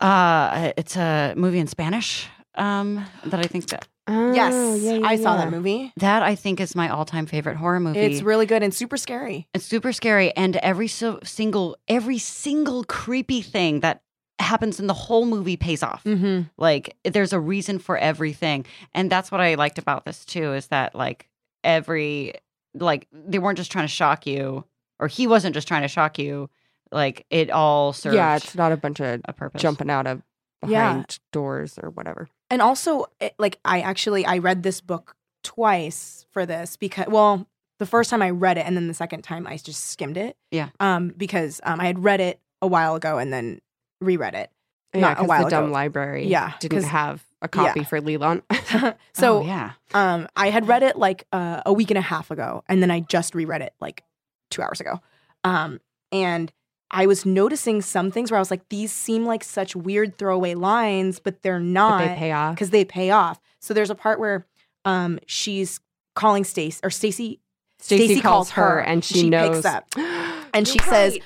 uh, it's a movie in Spanish. Um, that I think that,
Oh,
Yes,
yeah, yeah,
I saw
yeah.
that movie.
that I think is my all time favorite horror movie.
It's really good and super scary.
It's super scary, and every so- single every single creepy thing that happens in the whole movie pays off.
Mm-hmm.
Like there's a reason for everything. And that's what I liked about this too is that like every like they weren't just trying to shock you or he wasn't just trying to shock you. Like it all served
Yeah, it's not a bunch of
a purpose.
jumping out of
Yeah.
behind doors or whatever.
and also it, like i actually i read this book twice for this because well the first time i read it and then the second time i just skimmed it
Yeah.
um because um i had read it a while ago and then reread it Not
Yeah,
a
'cause
while
the dumb
ago.
library
Yeah,
didn't
'cause-
have a copy for Leland.
so
Oh, yeah.
um i had read it like uh, a week and a half ago and then i just reread it like two hours ago um and i was noticing some things where i was like these seem like such weird throwaway lines but they're
but
not
they pay off.
because they pay off. So there's a part where um, she's calling Stacy or Stacy
Stacy
Stacey
calls
calls
her
her,
and she,
she
knows.
picks up, and she says,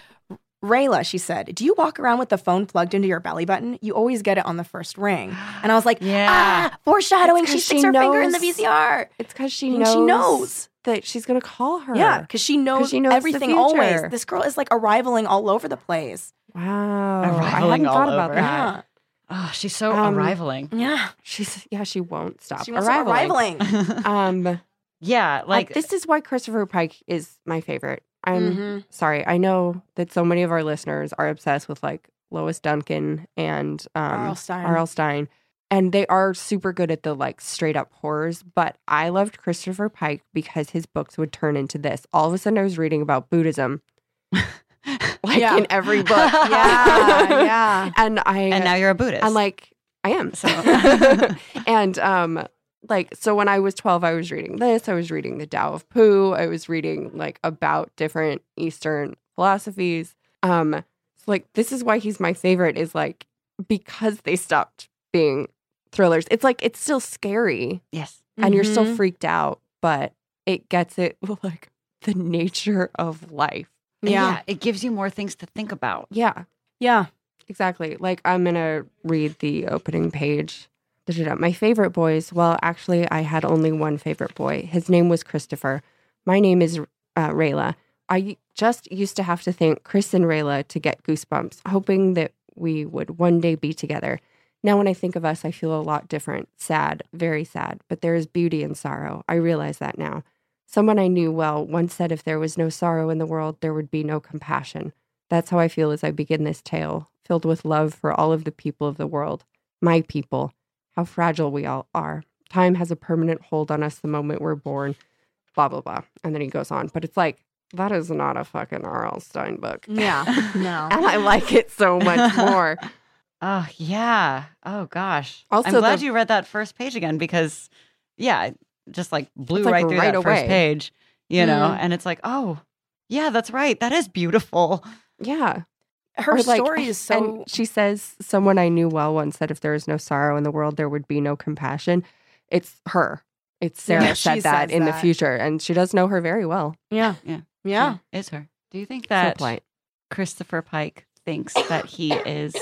Rayla, she said, do you walk around with the phone plugged into your belly button? You always get it on the first ring. And I was like,
Yeah.
ah, foreshadowing.
It's
She
'cause
sticks
she
her finger in the
knows-
VCR.
It's because she
And
knows,
she knows.
that she's going to call her.
Yeah, because she knows,
she knows the
everything always.
future.
This girl is like arrivaling all over the place.
Wow. I
Arrivaling
hadn't thought
all
about
over.
that.
Oh, she's so
Um,
arrivaling.
Yeah. Yeah.
She's yeah, she won't stop
She wants to
arriving.
arrivaling.
Um,
yeah.
like
Like
this is why Christopher Pike is my favorite. I'm
Mhm.
sorry. I know that so many of our listeners are obsessed with like Lois Duncan and um,
R.L. Stine.
R.L. Stine, and they are super good at the like straight up horrors. But I loved Christopher Pike because his books would turn into this. All of a sudden, I was reading about Buddhism, like
Yeah.
in every book.
yeah, yeah.
and I
and now you're a Buddhist.
I'm like I am.
so
and um like so when i was 12 i was reading this i was reading the tao of poo i was reading like about different eastern philosophies um so like this is why he's my favorite is like because they stopped being thrillers it's like it's still scary
Yes.
and you're still
Mhm.
freaked out but it gets it like the nature of life
And
Yeah.
yeah. It gives you more things to think about.
yeah
Yeah.
Exactly. Like I'm gonna read the opening page. Da-da-da. My favorite boys. Well, actually, I had only one favorite boy. His name was Christopher. My name is uh, Rayla. I just used to have to thank Chris and Rayla to get goosebumps, hoping that we would one day be together. Now, when I think of us, I feel a lot different. Sad, very sad. But there is beauty in sorrow. I realize that now. Someone I knew well once said if there was no sorrow in the world, there would be no compassion. That's how I feel as I begin this tale, filled with love for all of the people of the world, my people. How fragile we all are. Time has a permanent hold on us the moment we're born, blah, blah, blah. And then he goes on. But it's like, that is not a fucking R.L. Stein book.
Yeah. No.
And I like it so much more.
Oh yeah. Oh gosh. I'm
Also
glad
the-
you read that first page again because yeah, it just like blew
It's, like,
right through
right
that
away. Mm.
first page, you know,
Mhm.
and it's like, "Oh, yeah, that's right. That is beautiful."
Yeah.
her
Or, like,
story is so
and she says someone I knew well once said if there is no sorrow in the world, there would be no compassion. It's her. It's Sarah
Yeah, she
said that
says
in the
that.
future, and she does know her very well.
yeah
Yeah.
yeah
It's her. Do you think
So
that
polite.
Christopher Pike thinks that he is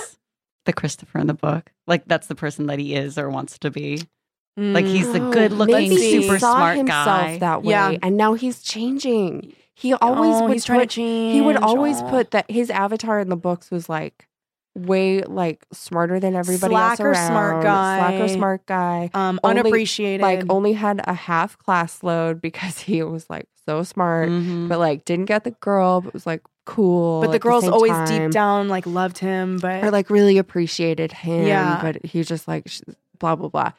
the Christopher in the book? Like that's the person that he is or wants to be. Like he's the
Oh,
good-looking,
maybe he
super
saw
smart
himself
guy.
That way,
Yeah.
and now he's changing. He always
Oh,
would
he's trying to
put-
change
he would always
Aw.
put that his avatar in the books was like way like smarter than everybody else
Slacker
around.
smart
slacker
guy.
smart guy.
um
only-
unappreciated
Like only had a half class load because he was like so smart,
Mhm.
but like didn't get the girl, but was like cool.
Mm. but the
at
girls
same
always
time,
deep down like loved him but
or like really appreciated him.
Yeah.
but he just like sh- blah blah blah,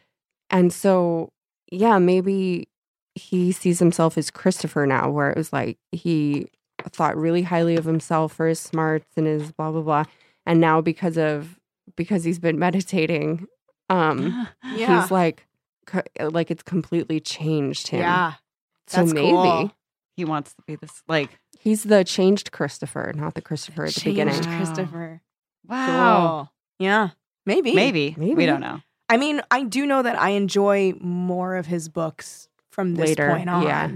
and so yeah, maybe he sees himself as Christopher now, where it was like he thought really highly of himself for his smarts and his blah blah blah, and now because of because he's been meditating, um,
Yeah.
he's like co- like it's completely changed him.
yeah
so
that's
maybe.
cool.
he wants to be this like
He's the changed Christopher, not the Christopher at the beginning.
Changed
Wow.
christopher
wow.
Cool. yeah maybe
Maybe.
Maybe.
We don't know.
I mean, I do know that I enjoy more of his books from this
Later,
point on.
yeah.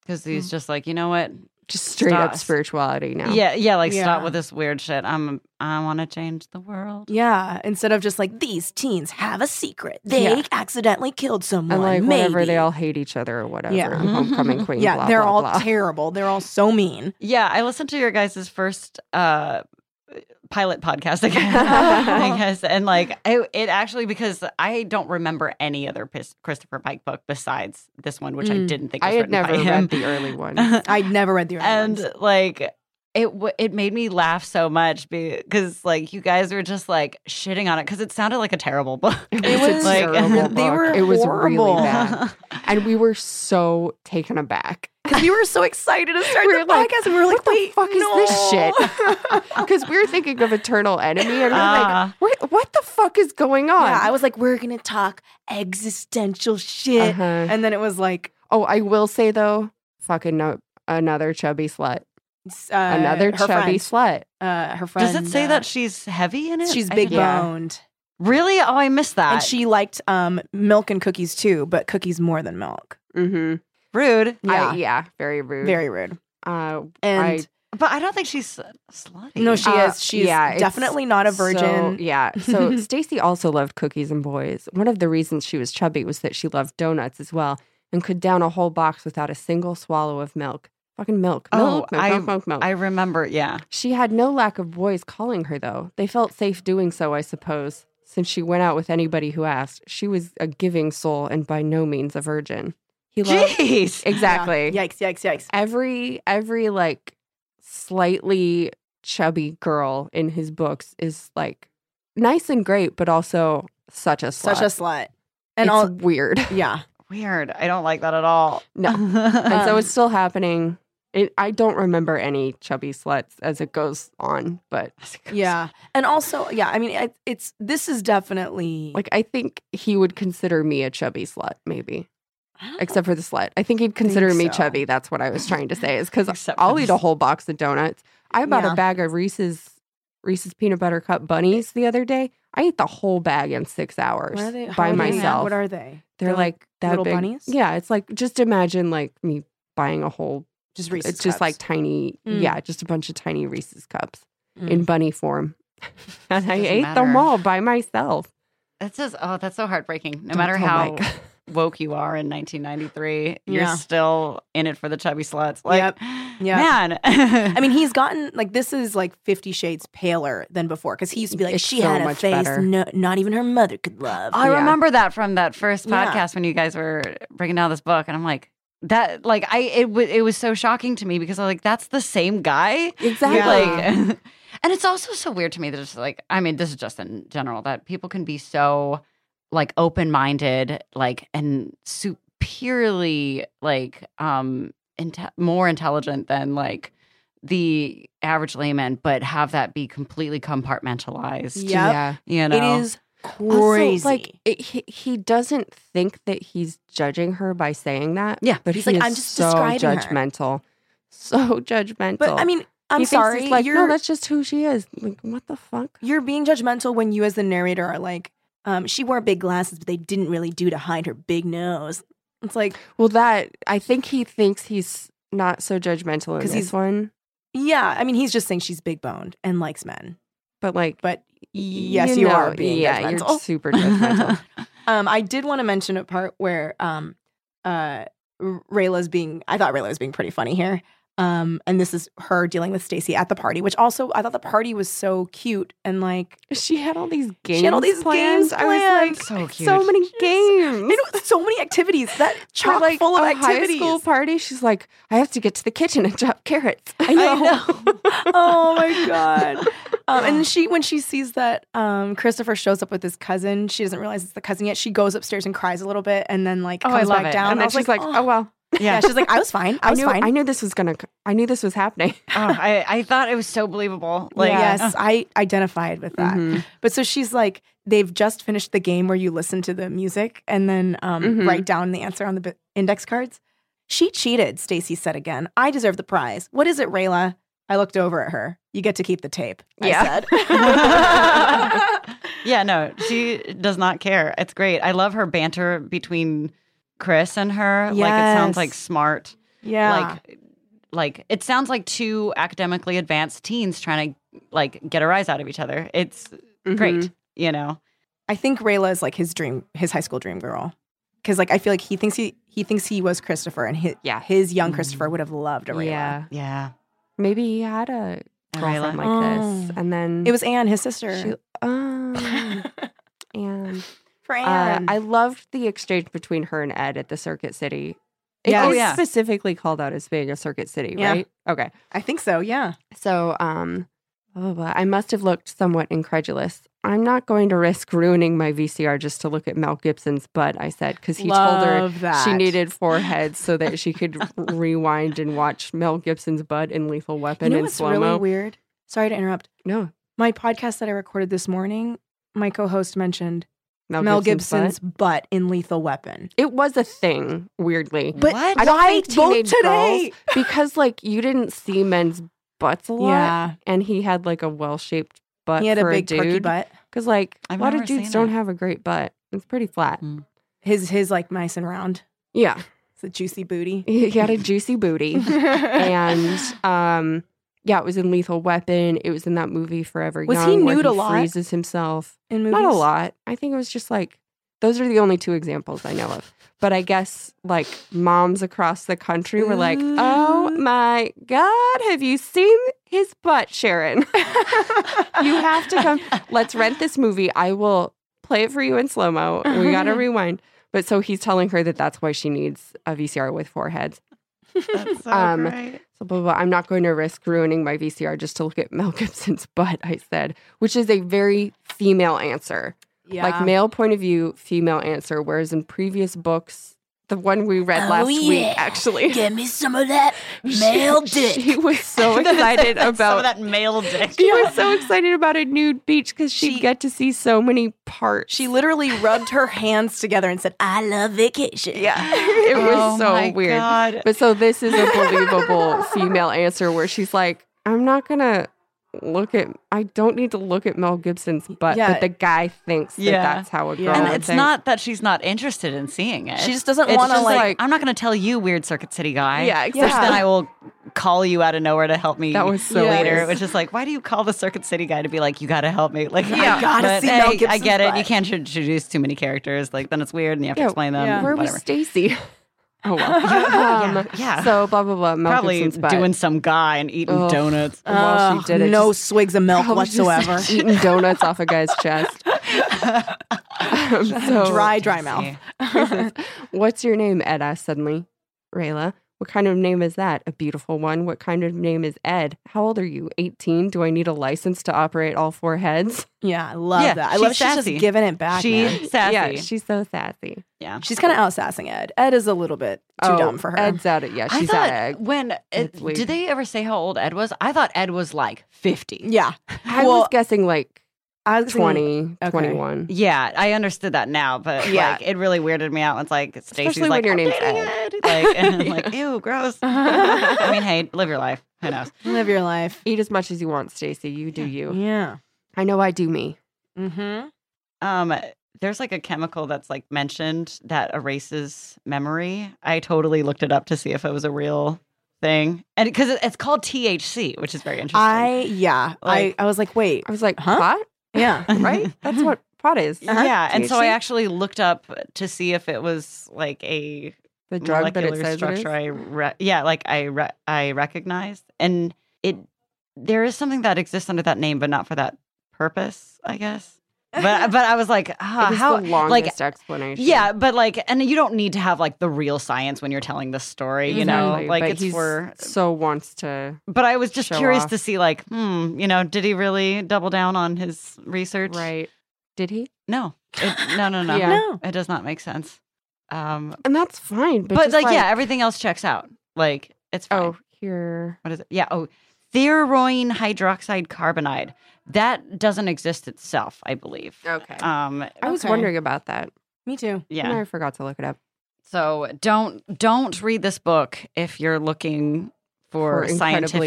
Because
Mm.
he's just like, you know what?
Just straight up
Stas.
spirituality now.
Yeah, yeah, like stop
Yeah.
with this weird shit. I'm I wanna change the world.
Yeah, Instead of just like these teens have a secret. They
Yeah.
accidentally killed someone.
and like whatever they
maybe."
all hate each other or whatever.
Yeah.
and homecoming queen.
Yeah,
blah,
they're
blah,
all
blah.
terrible. They're all so mean.
Yeah, I listened to your guys' first uh pilot podcast again. I guess. And like I it actually because I don't remember any other Pis- Christopher Pike book besides this one, which I
Mm.
didn't think
I
was
had
written by
never
him.
read the early one.
I'd never read the other ones.
and like it w- it made me laugh so much because like you guys were just like shitting on it because it sounded like a terrible book.
It
It's a
was-
like
terrible
they
book.
were
it was
horrible.
really bad. And we were so taken aback.
Because we were so excited to start
We were
the
like,
podcast, and we were like,
what the
"Wait,
fuck is this shit?"
no.
Because we were thinking of Eternal Enemy and we were
Ah.
like, what, what the fuck is going on?
Uh. yeah, I was like, "We're gonna talk existential shit,"
Uh-huh.
and then it was like,
oh, I will say though, fucking no, another chubby slut.
s- uh,
another
her
chubby
friend,
slut.
uh, her friend.
Does it say
uh,
that she's heavy in it?
she's
I did
big
not-
Yeah.
boned?
Really? Oh, I missed that.
and she liked um, milk and cookies too, but cookies more than milk.
Mm-hmm.
rude.
Yeah.
Yeah.
yeah, very rude.
Very rude.
Uh,
And
But I don't think she's slutty.
no, she
Uh,
is. She's
yeah, it's
definitely not a virgin.
So, yeah. So Stacy also loved cookies and boys. One of the reasons she was chubby was that she loved donuts as well and could down a whole box without a single swallow of milk. Fucking milk.
Oh,
Milk, milk,
I-
milk, milk, milk.
I remember. Yeah.
she had no lack of boys calling her though. They felt safe doing so, I suppose, since she went out with anybody who asked. She was a giving soul and by no means a virgin. He loved
Jeez.
Exactly.
Yeah. Yikes! Yikes! Yikes!
Every every like slightly chubby girl in his books is like nice and great, but also such a slut.
Such a slut. And
it's
all.
weird.
Yeah.
Weird. I don't like that at all.
No.
Uh-huh.
and
Um.
so it's still happening. It, I don't remember any chubby sluts as it goes on, but
Yeah. And also, yeah. I mean, it, it's this is definitely
like I think he would consider me a chubby slut, maybe.
I don't
Except for the slut. I think he'd consider me
so.
chubby. That's what I was trying to say. Is because
Except for
I'll
the
eat a whole box of donuts. I bought
Yeah.
a bag of Reese's Reese's peanut butter cup bunnies the other day. I ate the whole bag in six hours
What are they- how
by
are they-
myself.
What are they?
They're, like, that
little
big.
bunnies?
Yeah, it's like just imagine like me buying a whole.
just Reese's.
it's just like
Cups.
tiny.
Mm.
Yeah, just a bunch of tiny Reese's cups
Mm.
in bunny form, and I
Doesn't
ate them
matter.
all by myself. Oh
That's just oh, that's so heartbreaking. No
Don't
matter
tell
how
Mike.
woke you are in 1993, you're
Yeah.
still in it for the chubby sluts. Like,
Yep. Yep.
man.
Mm. I mean, he's gotten like this is like Fifty Shades paler than before because he used to be like
It's
she
so
had a
much
face
better."
no, not even her mother could love.
I
Yeah.
remember that from that first
Yeah.
podcast when you guys were breaking down this book, and I'm like. That like I it wa it was so shocking to me because I was like that's the same guy
exactly.
Yeah.
Like, and it's also so weird to me that it's like, I mean, this is just in general that people can be so like open minded, like, and superiorly like, um, inte- more intelligent than like the average layman, but have that be completely compartmentalized.
Yep.
Yeah.
You know,
It is crazy.
Also, like it, he, he doesn't think that he's judging her by saying that.
Yeah.
but
He's
he
like,
is
"I'm just
so
describing her."
judgmental, so judgmental.
But I mean, I'm
He thinks it's
sorry.
Like,
you're
no, that's just who she is. Like, what the fuck?
you're being judgmental when you as the narrator are like, um, she wore big glasses, but they didn't really do to hide her big nose. It's like,
Well, that I think he thinks he's not so judgmental in
'Cause
this
he's-
one,
yeah, I mean, he's just saying she's big boned and likes men.
but like,
But yes, you are being
yeah, you're
judgmental.
super judgmental.
um, I did want to mention a part where um, uh, R- Rayla's being, I thought Rayla was being pretty funny here. Um, and this is her dealing with Stacy at the party, which also I thought the party was so cute and like
she had all these games.
She had all these
planned.
games
I was
planned.
like,
so cute.
so many games.
I know, so many activities that chock
like
full of
a
activities.
high school party. She's like, I have to get to the kitchen and chop carrots. I
oh my god. Um, and she, when she sees that um, Christopher shows up with his cousin, she doesn't realize it's the cousin yet. She goes upstairs and cries a little bit, and then like
Oh, I
comes
love
back
it.
down. I
and then
was
she's like, oh, well,
yeah.
yeah.
She's like, I was fine. I
I
was
knew,
fine.
I knew this was gonna, c- I knew this was happening.
Oh, I, I thought it was so believable. Like,
yes,
oh.
I identified with that.
Mm-hmm.
Mhm.
But so she's like, they've just finished the game where you listen to the music and then um,
Mhm.
write down the answer on the bi- index cards. She cheated, Stacy said again. I deserve the prize. What is it, Rayla? I looked over at her. You get to keep the tape. I
Yeah.
said.
Yeah, no, she does not care. It's great. I love her banter between Chris and her. Like, it
Yes.
sounds like smart.
yeah.
Like, like it sounds like two academically advanced teens trying to like get a rise out of each other. It's
Mm-hmm.
great, you know.
I think Rayla is like his dream, his high school dream girl. Cause like I feel like he thinks he he thinks he was Christopher and his,
Yeah.
his young Christopher would have loved a Rayla.
Yeah,
Yeah,
maybe he had a
A
girlfriend
Rayla.
like this,
Oh.
and then
It was Anne, his sister.
She, oh, and
For
uh,
Anne.
I loved the exchange between her and Ed at the Circuit City. It
Yes.
is
Oh,
yeah.
specifically called out as being a Circuit City,
Yeah.
right? Okay.
I think so, yeah.
So, um, blah, blah, blah. I must have looked somewhat incredulous. I'm not going to risk ruining my VCR just to look at Mel Gibson's butt, I said, because he told her
Love that.
she needed four heads so that she could rewind and watch Mel Gibson's butt in Lethal
You
Weapon
know
in
what's
slow
really
mo.
weird? Sorry to interrupt.
no,
My podcast that I recorded this morning, my co-host mentioned
Mel,
Mel, Gibson's,
butt.
butt in Lethal Weapon.
It was a thing, weirdly.
But
What?
I don't
why
think
vote
teenage
today?
girls- because, like, you didn't see men's butts a lot,
Yeah,
and he had like a well-shaped butt.
he had a
for
big
a
perky
dude.
butt.
Because like
I've
a lot of
never seen
dudes don't
it.
have a great butt. It's pretty flat.
Mm. His his like nice and round.
Yeah,
It's a juicy booty.
he had a juicy booty, and um, yeah, it was in Lethal Weapon. It was in that movie Forever
Was he
Young. where
nude a lot?
Freezes himself.
in movies.
Not a lot. I think it was just like those are the only two examples I know of. But I guess like moms across the country were like,
Ooh.
"Oh my god, have you seen his butt, Sharon? you have to come. Let's rent this movie. I will play it for you in slow mo. We got to rewind." But so he's telling her that that's why she needs a VCR with four heads.
That's so
Um,
great.
So blah, blah, blah. I'm not going to risk ruining my VCR just to look at Mel Gibson's butt, I said, which is a very female answer.
Yeah.
Like male point of view, female answer. Whereas in previous books, the one we read
Oh,
last
yeah.
week actually,
Give me some of that male
she,
dick.
she was so excited
some of
about.
that male dick.
She was so excited about a nude beach because she'd
She-
get to see so many parts.
She literally rubbed her hands together and said, "Ah,
I love vacation.
it was
Oh
so
my
weird.
God.
But so this is a believable female answer where she's like, I'm not gonna look at I don't need to look at Mel Gibson's butt,
Yeah.
but the guy thinks that
Yeah.
that's how a girl
Yeah.
and
would
it's
think.
not that she's not interested in seeing it.
She just doesn't
It's
wanna,
just
like-
I'm not going to tell you, weird Circuit City guy.
Yeah,
Which then
exactly.
I will call you out of nowhere to help me.
That was so
Yeah.
later,
weird.
which is like, why do you call the Circuit City guy to be like, you got to help me? Like,
Yeah. I
gotta
but,
see Mel
hey, I
Gibson's
get it. You
butt.
can't introduce too many characters. Like, then it's weird, and you have
Yeah,
to explain them.
yeah.
and
Where was
whatever.
Stacy? Oh well. Um,
yeah, yeah.
So blah blah blah. Mel
Probably
Gibson's butt.
doing some guy and eating
Ugh.
donuts.
While Oh, she
"Ugh,
did it, Oh,
no
just
swigs of milk
probably just
whatsoever.
eating donuts off a guy's chest. Um, so
dry, dry mouth.
What's your name? Ed asked suddenly. Rayla, what kind of name is that? A beautiful one. What kind of name is Ed? How old are you? 18? Do I need a license to operate all four heads?
Yeah, I love
Yeah,
that. I
she's
love she's
sassy.
just giving it back.
She
man.
sassy.
Yeah, she's so sassy.
yeah.
She's kind of outsassing Ed. Ed is a little bit too
Oh,
dumb for her.
Ed's out of, yeah,
I
she's
thought
out of.
when
It's weird.
did they ever say how old Ed was? I thought Ed was like fifty.
yeah,
I
well,
was guessing like
I was thinking-
20,
okay.
21.
Yeah, I understood that now, but
Yeah.
like it really weirded me out. It's like Stacy's
when
like,
your
"I'm
name's
dating
Ed."
Like, and I'm
Yeah.
like, ew, gross. I mean, hey, live your life. Penthouse.
Live your life.
Eat as much as you want, Stacy. You do you.
Yeah.
I know I do me.
Mm-hmm.
Um, there's like a chemical that's like mentioned that erases memory. I totally looked it up to see if it was a real thing, and because it's called THC, which is very interesting.
I yeah.
Like-
I I was like, wait.
I was like,
Huh?
pot?
Yeah.
Right? That's what pot is.
Uh-huh.
Yeah, and so I
THC?
actually looked up to see if it was like a
The drug that
molecular
it says it is.
structure I re- yeah, like I re- I recognized, and it there is something that exists under that name, but not for that purpose, I guess. But but I was like, ah,
It was
how
the longest
like
explanation.
yeah, but like, and you don't need to have like the real science when you're telling the story, you know,
Exactly,
like
but
it's
he's
for.
so wants to
But I was just
show
curious
off.
to see, like, hmm, you know, did he really double down on his research?
right. Did he?
No, it, no, no, no.
Yeah.
No.
It does not make sense. Um,
And that's fine. But,
but
just
like, yeah, everything else checks out. Like, it's fine.
Oh, here.
What is it? Yeah. Oh, theroine hydroxide carbonide. That doesn't exist itself, I believe.
Okay.
Um,
Uh, I was
Okay.
wondering about that.
Me too.
yeah.
And I forgot to look it up.
So don't don't read this book if you're looking
For
for,
incredibly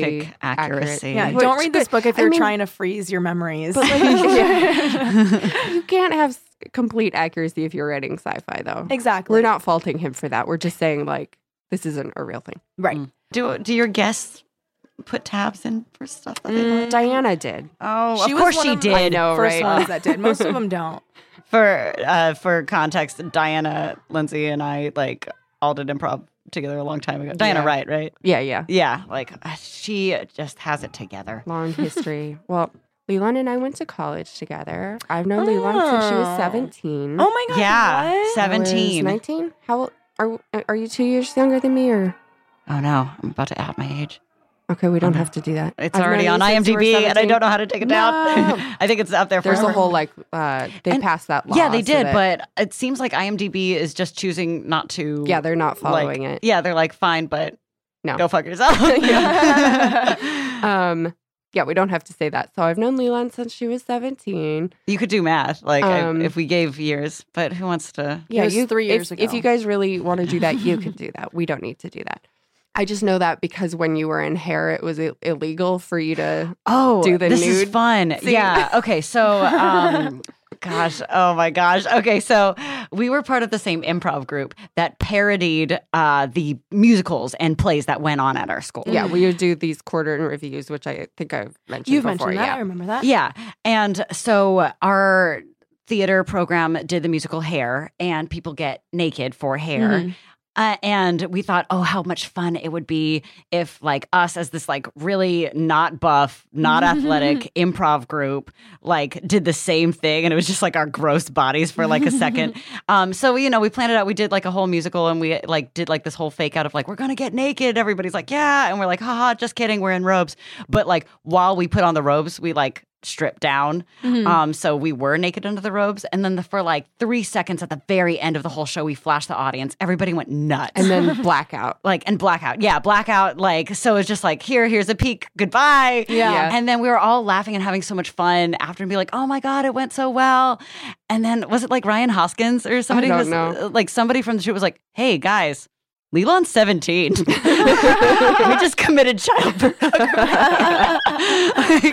scientific
accurate-
accuracy.
Yeah.
Which-
Don't read this book if
I
you're
mean-
trying to freeze your memories.
But, like, yeah. You can't have s- complete accuracy if you're writing sci-fi though.
exactly.
We're not faulting him for that. We're just saying like this isn't a real thing.
right.
do do your guests put tabs in for stuff that they like?
Diana did.
Oh,
She
of
was
course
one
she
of my
did.
know,
First ones that did. Most of them don't.
For uh, for context, Diana, Lindsay, and I like all did improv together a long time ago. Diana,
Yeah.
Wright, right?
Yeah, yeah.
Yeah, like uh, she just has it together.
Long history. well, Leland and I went to college together. I've known Leland since she was
Oh.
17.
Oh my god.
Yeah,
what?
I was
17.
19? How old? Are, uh, are you two years younger than me or?
Oh no, I'm about to out my age.
Okay, we don't
no.
have to do that.
Uh-huh. It's
I've known
already
you
on
since you were
IMDb, and
17.
I don't know how to take it down.
No.
I think it's up there.
There's a
forever.
whole like uh they
And-
passed that law.
Yeah, they
so
did,
that-
but it seems like IMDb is just choosing not to.
yeah, they're not following
like,
it.
Yeah, they're like, fine, but
No.
go fuck yourself.
Yeah.
Um, yeah, we don't have to say that. So I've known Leland since she was 17.
you could do math, like I-
Um,
if we gave years, but who wants to?
It was three
if-
years
If you
ago.
guys really want to do that, you can do that. We don't need to do that. I just know that because when you were in hair, it was i- illegal for you to.
Oh,
Do the
this
nude
is fun.
scene.
Yeah. Okay. So, um, gosh. Oh my gosh. Okay. So we were part of the same improv group that parodied uh, the musicals and plays that went on at our school.
Yeah, we would do these quarter and reviews, which I think I've mentioned
You've
before.
mentioned that. I
Yeah.
remember that.
Yeah. And so our theater program did the musical Hair, and people get naked for hair.
Mhm.
Uh, and we thought, oh, how much fun it would be if, like, us as this, like, really not buff, not athletic improv group, like, did the same thing. And it was just like our gross bodies for like a second. um, so, you know, we planned it out. We did like a whole musical and we, like, did like this whole fake out of like, we're going to get naked. Everybody's like, yeah. And we're like, haha, just kidding. We're in robes. But, like, while we put on the robes, we, like, stripped down. Um, so we were naked under the robes, and then the, for like three seconds at the very end of the whole show, we flashed the audience. Everybody went nuts.
And then blackout.
like and blackout, yeah, blackout. Like so, it's just like here, here's a peek, goodbye.
Yeah.
Yeah.
And then we were all laughing and having so much fun after, and be like, oh my god, it went so well. And then was it like Ryan Hoskins or somebody?
don't
who was,
know.
Like somebody from the show was like, hey guys, Leland's 17. we just committed childbirth. Like,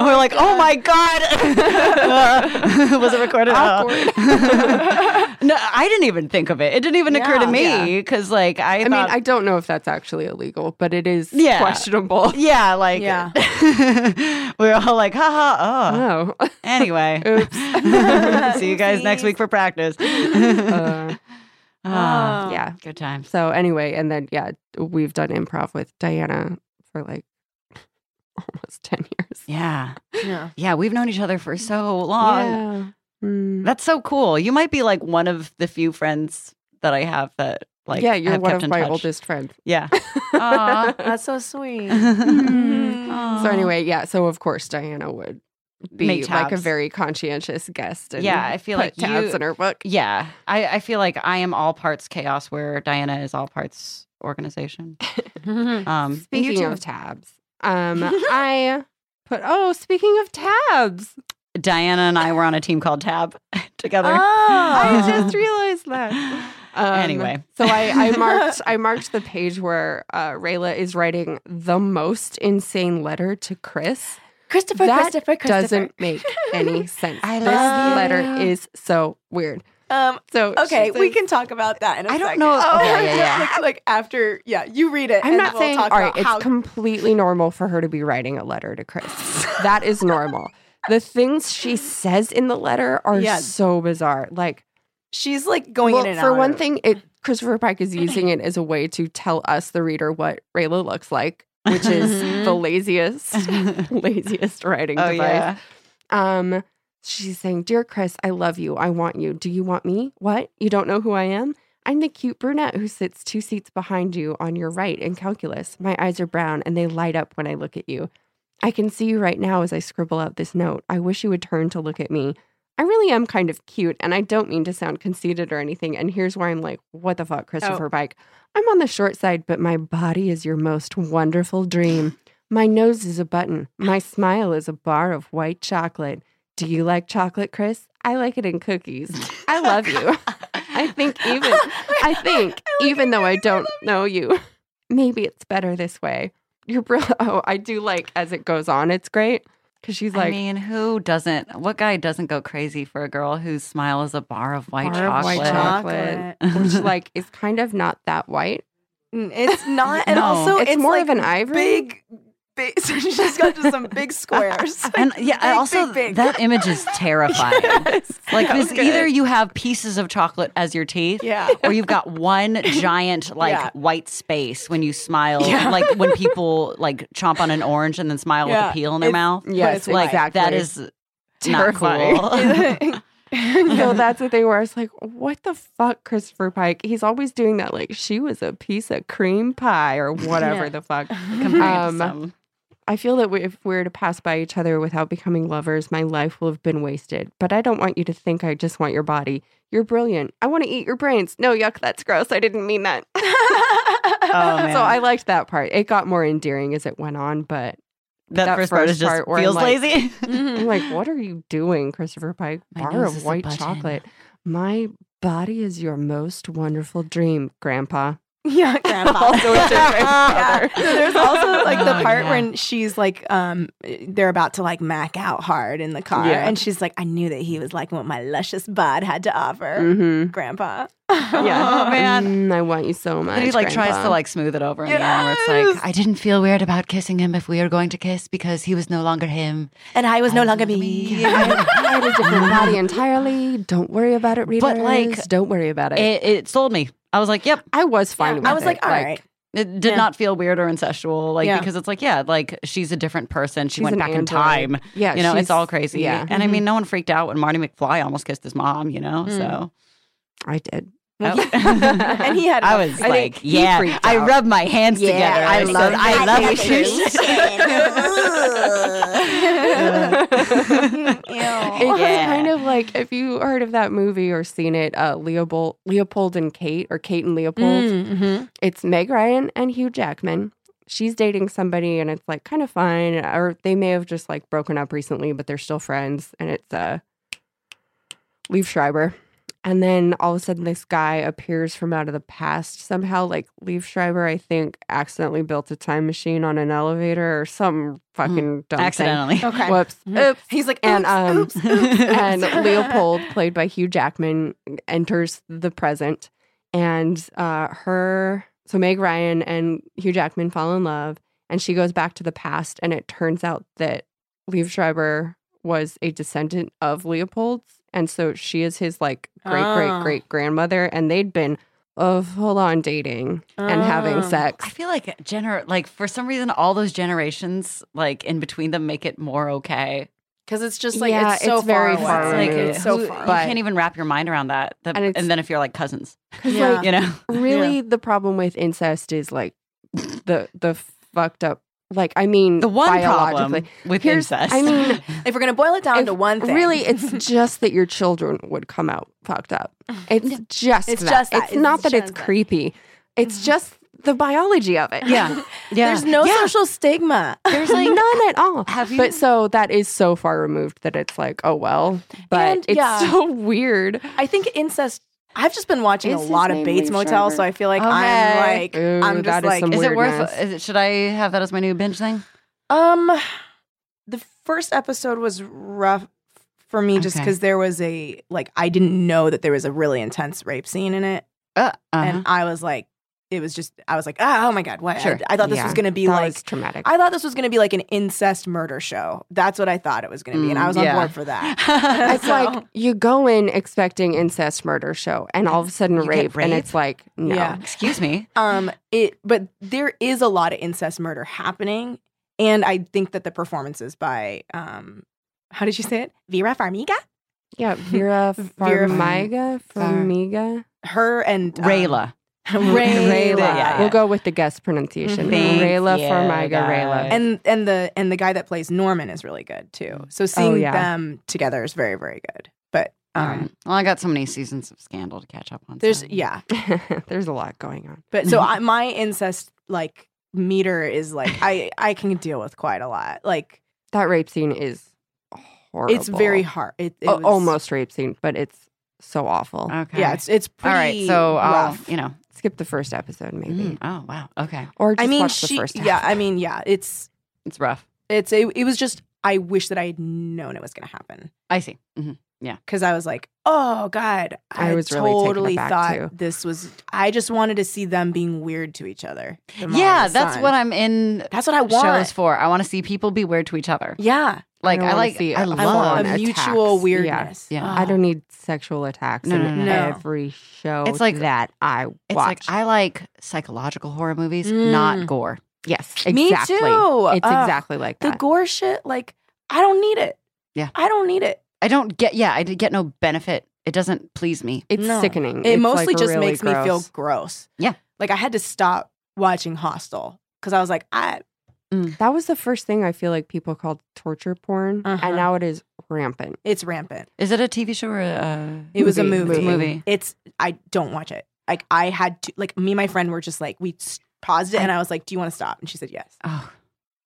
we're like, oh my God. Was it recorded? Oh. no, I didn't even think of it. It didn't even occur to
Yeah.
me because, like, I,
I mean,
thought,
I don't know if that's actually illegal, but it is
Yeah.
questionable.
yeah, like,
Yeah.
we were all like, haha, oh.
Oh.
Anyway,
Oops.
see you guys next week for practice.
Uh,
Ah,
Oh.
yeah.
Good times.
So anyway, and then yeah, we've done improv with Diana for like almost ten years.
Yeah.
Yeah.
Yeah. We've known each other for so long.
yeah. Mm.
That's so cool. You might be like one of the few friends that I have that like
yeah, you're
have
one
kept
of
in
my
touch.
oldest friends.
Yeah. Aw.
That's so sweet.
Aw.
So anyway, yeah. So of course Diana would be
Make
like a
tabs.
very conscientious guest. And
Yeah, I feel
put
like you-
tabs in her book.
yeah. I, I feel like I am all parts chaos, where Diana is all parts organization.
Mm-hmm.
Um, and you
Speaking
too.
of tabs, um, I put oh, speaking of tabs,
Diana and I were on a team called Tab together.
Oh.
Oh.
I just realized that. Um,
Anyway.
so I, I marked I marked the page where uh, Rayla is writing the most insane letter to Chris.
Christopher,
that
Christopher, Christopher.
Doesn't make any sense.
I
this
love you.
letter is so weird.
Um,
So
okay,
she
we
says-
can talk about that in a
I don't
second. Oh,
know- okay, yeah, yeah.
like, like after, yeah, you read it.
I'm
and
not
we'll
saying all
talk
right.
about
It's
how
completely normal for her to be writing a letter to Chris. that is normal. The things she says in the letter are
Yeah.
so bizarre. Like
she's like going
well,
in and
for
out
one
of-
thing, it Christopher Pike is using it as a way to tell us, the reader, what Rayla looks like, which is
Mhm.
the laziest,
oh
laziest writing
Oh,
device.
yeah.
Um, she's saying, "Dear Chris, I love you. I want you. Do you want me? What? You don't know who I am? I'm the cute brunette who sits two seats behind you on your right in calculus. My eyes are brown and they light up when I look at you. I can see you right now as I scribble out this note. I wish you would turn to look at me. I really am kind of cute, and I don't mean to sound conceited or anything. And here's where I'm like, what the fuck, Christopher Pike? I'm on the short side, but my body is your most wonderful dream. My nose is a button. My smile is a bar of white chocolate. Do you like chocolate, Chris? I like it in cookies. I love you. I think even I think even though I don't know you, maybe it's better this way. You're brilliant. Oh, I do like as it goes on. It's great because she's like
I mean, who doesn't? What guy doesn't go crazy for a girl whose smile is a bar of white
Bar of white
chocolate?
chocolate. which like is kind of not that white.
Mm, It's not, and
No.
also
it's,
it's,
more
like
of an ivory.
big, big. So she just got to some big squares.
and yeah, and
Big,
also
big, big.
that image is terrifying.
Yes.
Like this,
Okay.
either you have pieces of chocolate as your teeth,
yeah.
or you've got one giant like
Yeah.
white space when you smile,
Yeah.
like when people like chomp on an orange and then smile with
Yeah.
a peel in their
It's-
mouth.
Yes,
it's
Like
exactly.
that is
Terrifying.
not cool.
so that's the thing where I was like, what the fuck, Christopher Pike? He's always doing that. Like, she was a piece of cream pie or whatever
Yeah.
the fuck.
compared
Um,
to some.
I feel that we- if we were to pass by each other without becoming lovers, my life will have been wasted. But I don't want you to think I just want your body. You're brilliant. I want to eat your brains. No, yuck, that's gross. I didn't mean that.
Oh man,
So I liked that part. It got more endearing as it went on, but
that,
that
first part
first
is just
part where I'm
feels
like-
lazy.
I'm like, what are you doing, Christopher Pike?
My
Bar
nose
of
is a
white
button.
chocolate. My body is your most wonderful dream, Grandpa.
yeah, grandpa.
Also,
Yeah.
it's your grandfather.
So there's also like the
Oh,
part
yeah.
when she's like, um, they're about to like mac out hard in the car,
Yeah.
and she's like, I knew that he was like what my luscious bod had to offer,
Mm-hmm.
grandpa.
Yeah. Oh, man.
Mm, I want you so much.
And he like tries
Grandpa.
to like smooth it over in the end where it's
Yes.
like I didn't feel weird about kissing him if we were going to kiss because he was no longer him.
And I was no
I
longer
was
me.
me.
I had- I had a different body entirely. Don't worry about it, readers.
But, like,
don't worry about it.
It, it sold me. I was like, yep.
I was fine
Yeah.
with it.
I was like, all right.
It did
Yeah.
not feel weird or incestual, like
Yeah.
because it's like, yeah, like she's a different person. She
She's
went
an
back in
android.
time.
Yeah,
you know,
she's-
it's all crazy.
Yeah,
And I mean, no one freaked out when Marty McFly almost kissed his mom. You know,
Mm.
so
I did.
and he had.
Oh. I
a-
was
I think
like,
he
yeah,
freaked
I
out.
rubbed my hands
Yeah,
together.
I
I said,
love
I love you.
vacations.
Ew.
It was
Yeah.
kind of like if you heard of that movie or seen it, uh, Leopold, Leopold and Kate, or Kate and Leopold.
Mm, mhm.
It's Meg Ryan and Hugh Jackman. She's dating somebody, and it's like kind of fun, or they may have just like broken up recently, but they're still friends. And it's uh, Leaf Schreiber, and then all of a sudden, this guy appears from out of the past somehow. Like Leaf Schreiber, I think, accidentally built a time machine on an elevator or some fucking dumb
Accidentally.
Okay.
Thing. Whoops!
Mhm.
Oops!
He's like,
And,
and
um,
oops, oops, oops.
and Leopold, played by Hugh Jackman, enters the present, and uh, her so Meg Ryan and Hugh Jackman fall in love, and she goes back to the past, and it turns out that Liev Schreiber was a descendant of Leopold's, and so she is his like great
Oh.
great great grandmother, and they'd been of full on dating and having
Oh.
sex.
I feel like gener like for some reason all those generations like in between them make it more okay.
Because it's just like
Yeah,
it's so
it's very
far,
far
away. It's like
removed.
it's so
who-
far.
You
But-
can't even wrap your mind around that. The-
And
and,
it's-
then if you're like cousins,
Yeah.
you know,
really the problem with incest is like the the fucked up like I mean
the one problem
biologically.
with
Here's-
incest.
I mean,
if we're gonna boil it down
If-
to one thing,
Really, it's just that your children would come out fucked up. It's just
It's
that.
just that.
It's
It's
not that
just
it's
that. Mm-hmm.
creepy. It's just the biology of it.
yeah, yeah.
there's no
Yeah.
social stigma.
There's like
None at all.
Have you-
But so that is so far removed that it's like, oh well. But
And,
it's
yeah.
so weird.
I think incest I've just been watching
Is
a
his
lot of
name
Bates
Lee
Motel,
Schreiber?
so I feel like
Okay.
I'm like
Ooh,
I'm
that
just
is
like
some
Is it worth?
Weirdness.
Is it, should I have that as my new binge thing?
um the first episode was rough for me just
Okay.
because there was a like I didn't know that there was a really intense rape scene in it,
Uh, uh
and I was like it was just I was like ah, oh my god what
Sure.
I, I thought this
Yeah.
was gonna be
that
like
was traumatic.
I thought this was gonna be like an incest murder show. That's what I thought it was gonna be, and
Mm,
I was on
yeah.
board for that.
it's
Uh-huh.
so-
like you go in expecting incest murder show and all of a sudden
You get
rape, and
rape?
it's like no
Yeah.
Excuse me.
Um, it but there is a lot of incest murder happening, and I think that the performances by um, how did you say it, Vera Farmiga,
yeah Vera
Vera-
Farmiga
Far-
Farmiga
her and um,
Rayla.
Rayla,
Rayla
yeah.
we'll go with the guest pronunciation
Mhm.
Thank
Rayla
you,
Farmiga
guys.
Rayla
and and the and the guy that plays Norman is really good too.
Mm. Oh,
So seeing
yeah.
them together is very very good. But
All
um,
right. Well, I got so many seasons of Scandal to catch up on. so-
there's yeah,
there's a lot going on
But so I, my incest like meter is like I I can deal with quite a lot. Like
that rape scene is horrible
it's very hard. It, it
A-
was- Uh,
almost rape scene but it's so awful
Okay.
yeah. It's it's
All
pretty
right. So um, I'll,
rough.
you know.
skip the first episode maybe
mm, oh wow. Okay.
or just
I mean
watch
she
the first half.
yeah I mean yeah it's
It's rough.
it's it, it was just I wish that I had known it was gonna happen
I see. hmm
because I was like oh god I,
I was really taken
totally
aback,
thought
too.
this was I just wanted to see them being weird to each other. the mom
Yeah,
and the
that's
son.
what I'm in
that's what I
shows
want.
for. I want to see people be weird to each other.
Yeah,
Like
I
I,
wanna
like.
see
I
a
I
love.
want a
Attacks.
mutual
Yeah.
weirdness.
Yeah.
Ah.
I don't need sexual attacks
No,
in
no,
no, no.
every show.
It's like-
that I watch.
It's like I like psychological horror movies, not
Mm.
gore.
yes,
Me
exactly.
too.
It's
Ugh.
exactly like
the
that.
gore shit like i don't need it
Yeah.
i don't need it
I don't get. Yeah, I did get no benefit. It doesn't please me.
it's
No. it
sickening. Mm, It's, like,
mostly just
really
makes me feel
gross.
gross
Yeah.
like i had to stop watching hostel because i was like i
That was the first thing I feel like people called torture porn,
Uh-huh.
and now it is rampant.
it's rampant
Is it a TV show or a? uh,
it was a
Movie.
movie
It's a movie.
it's i don't watch it like i had to like me and my friend were just like we s- paused it and i was like do you want to stop and she said yes
Oh,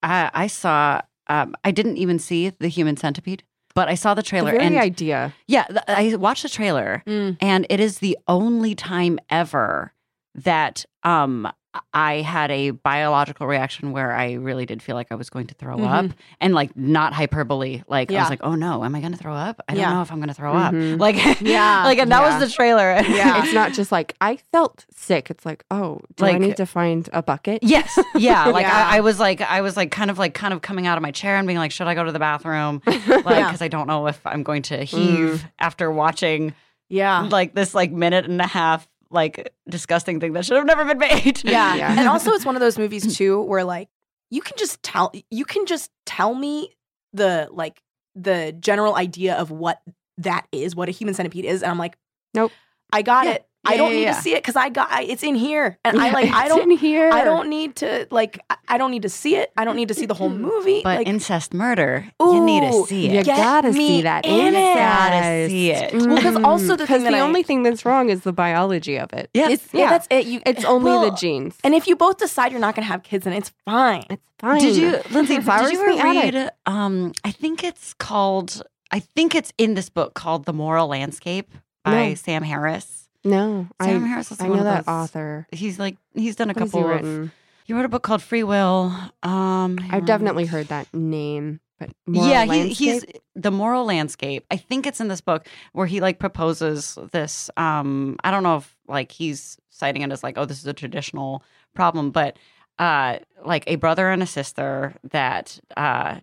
I, I saw. Um, I didn't even see the Human Centipede, but I saw the
The
trailer.
very
and
idea.
yeah, th- I watched the trailer, and it is the only time ever that um I had a biological reaction where I really did feel like I was going to throw
Mhm.
up, and like not hyperbole. Like I
Yeah.
was like, oh no, am I going to throw up? I don't
Yeah. Mm-hmm.
know if I'm going to throw
Mhm.
up. Like
Yeah.
like and that
Yeah.
was the trailer.
Yeah.
It's not just like I felt sick. It's like oh, do I
Like-
need to find a bucket?
Yes. Yeah. Like
Yeah.
I, I was like I was like kind of like kind of coming out of my chair and being like, should I go to the bathroom? Like because
Yeah.
I don't know if I'm going to heave after watching
yeah
like this like minute and a half like disgusting thing that should have never been made.
yeah.
Yeah.
and also it's one of those movies too where like you can just tell you can just tell me the like the general idea of what that is what a human centipede is and i'm like
Nope.
i got
Yeah.
it
Yeah,
i don't
yeah,
need
yeah.
to see it because i got I, it's in here and i
Yeah,
like i
it's
don't
in here.
i don't need to like I- i don't need to see it i don't need to see the whole movie
But
like
incest murder, you need to
Ooh,
see
You
it.
Get
gotta see
me
that.
in
You
it.
gotta see it.
Well, 'cause also the thing
because
that
the
I-
only thing that's wrong is the biology of it.
Yeah.
it's, yeah.
yeah.
that's it you
It's only
Well,
the genes.
and if you both decide you're not going to have kids then it's fine
It's fine.
Did you, Lindsay?
Flowers
did you
in the
ever
attic.
read? Um, I think it's called. I think it's in this book called "The Moral Landscape" by
No.
Sam Harris.
No,
Sam
I
Harris is
I
one
know
of
that
those-
author.
He's like he's done a
What has
couple
he
of
written?
He wrote a book called Free Will. Um, hang
I've
on.
definitely heard that name, but
yeah, he, he's the moral landscape. I think it's in this book where he like proposes this. Um, I don't know if like he's citing it as like, oh, this is a traditional problem, but uh, like a brother and a sister that uh,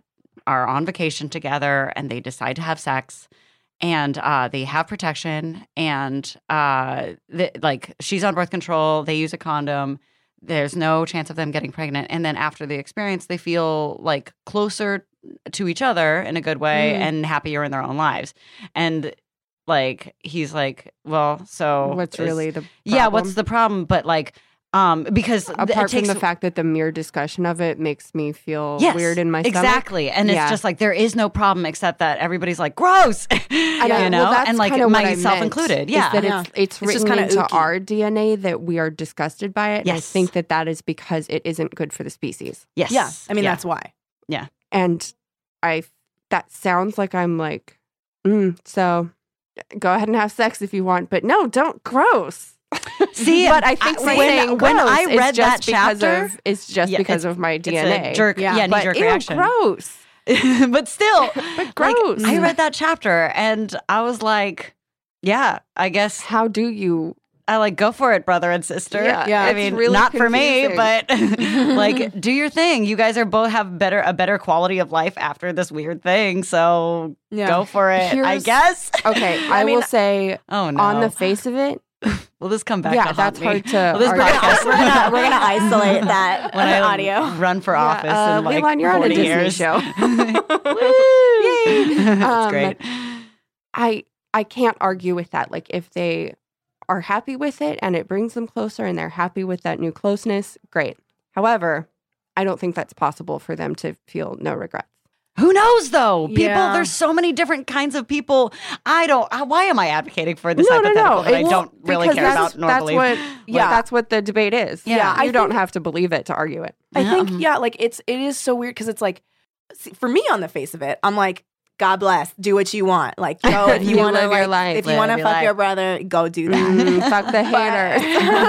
are on vacation together and they decide to have sex and uh, they have protection and uh, th- like she's on birth control they use a condom there's no chance of them getting pregnant and then after the experience they feel like closer to each other in a good way
Mm.
and happier in their own lives and like he's like well so
what's
is-
really the
Oh, yeah what's
problem?
the problem but like um because th-
apart
it takes
from the fact that the mere discussion of it makes me feel
Yes,
weird in my stomach.
Exactly. And
Yeah.
it's just like there is no problem except that everybody's like, gross.
I-
you know?
well, that's
and like
kinda what I
myself
meant,
included.
is
Yeah.
that
Yeah.
it's, it's
It's just
written
kinda
into
ooky.
our DNA that we are disgusted by it. And I
Yes.
think that that is because it isn't good for the species.
yes.
yeah i mean
Yeah.
that's why
And I that sounds like I'm like, mm, so go ahead and have sex if you want, but no, don't gross.
See,
but I think
I-
when,
when-
saying
when
gross
I
is
read that
just because
chapter-
of, it's just
Yeah,
because of my DNA.
It's a jerk,
Yeah.
yeah, knee jerk
but ew,
reaction.
gross.
but still,
But
like,
gross.
I read that chapter and I was like, yeah, I guess
How do you?
I like go for it, brother and sister.
Yeah,
Yeah.
I
it's
mean,
really
not for me,
confusing.
but like do your thing. You guys are both have better a better quality of life after this weird thing, so
Yeah.
go for it. I
Here's-
guess.
Okay, I,
mean,
will say
Oh no.
on the face of it,
will this come back?
yeah,
to
that's
haunt
hard
me?
to.
Will this
argue.
We're gonna,
podcast-
we're gonna we're gonna isolate that
when I
audio.
run for
Yeah,
office
uh,
in like
Leland, you're on a
40
Disney
years.
show.
Woo! Yay!
Um,
That's great.
I I can't argue with that. Like if they are happy with it and it brings them closer and they're happy with that new closeness, great. However, I don't think that's possible for them to feel no regrets.
Who knows though? People,
Yeah.
there's so many different kinds of people. I don't. I, why am I advocating for this
no, no,
hypothetical
no.
that I
It's-
don't really
because
care
that's,
about nor
that's
believe?
What, yeah,
Like-
that's what the debate is.
Yeah. Yeah,
you
I
don't have to believe it to argue it.
I
Yeah.
think
Mhm.
yeah, mm-hmm. like it's it is so weird because it's like see, for me on the face of it, I'm like, God bless, do what you want. Like go if you,
You
want to
live your
like,
life,
if you
live
want to
your
fuck
life.
your Mm-hmm. brother, go do that.
Mm, fuck the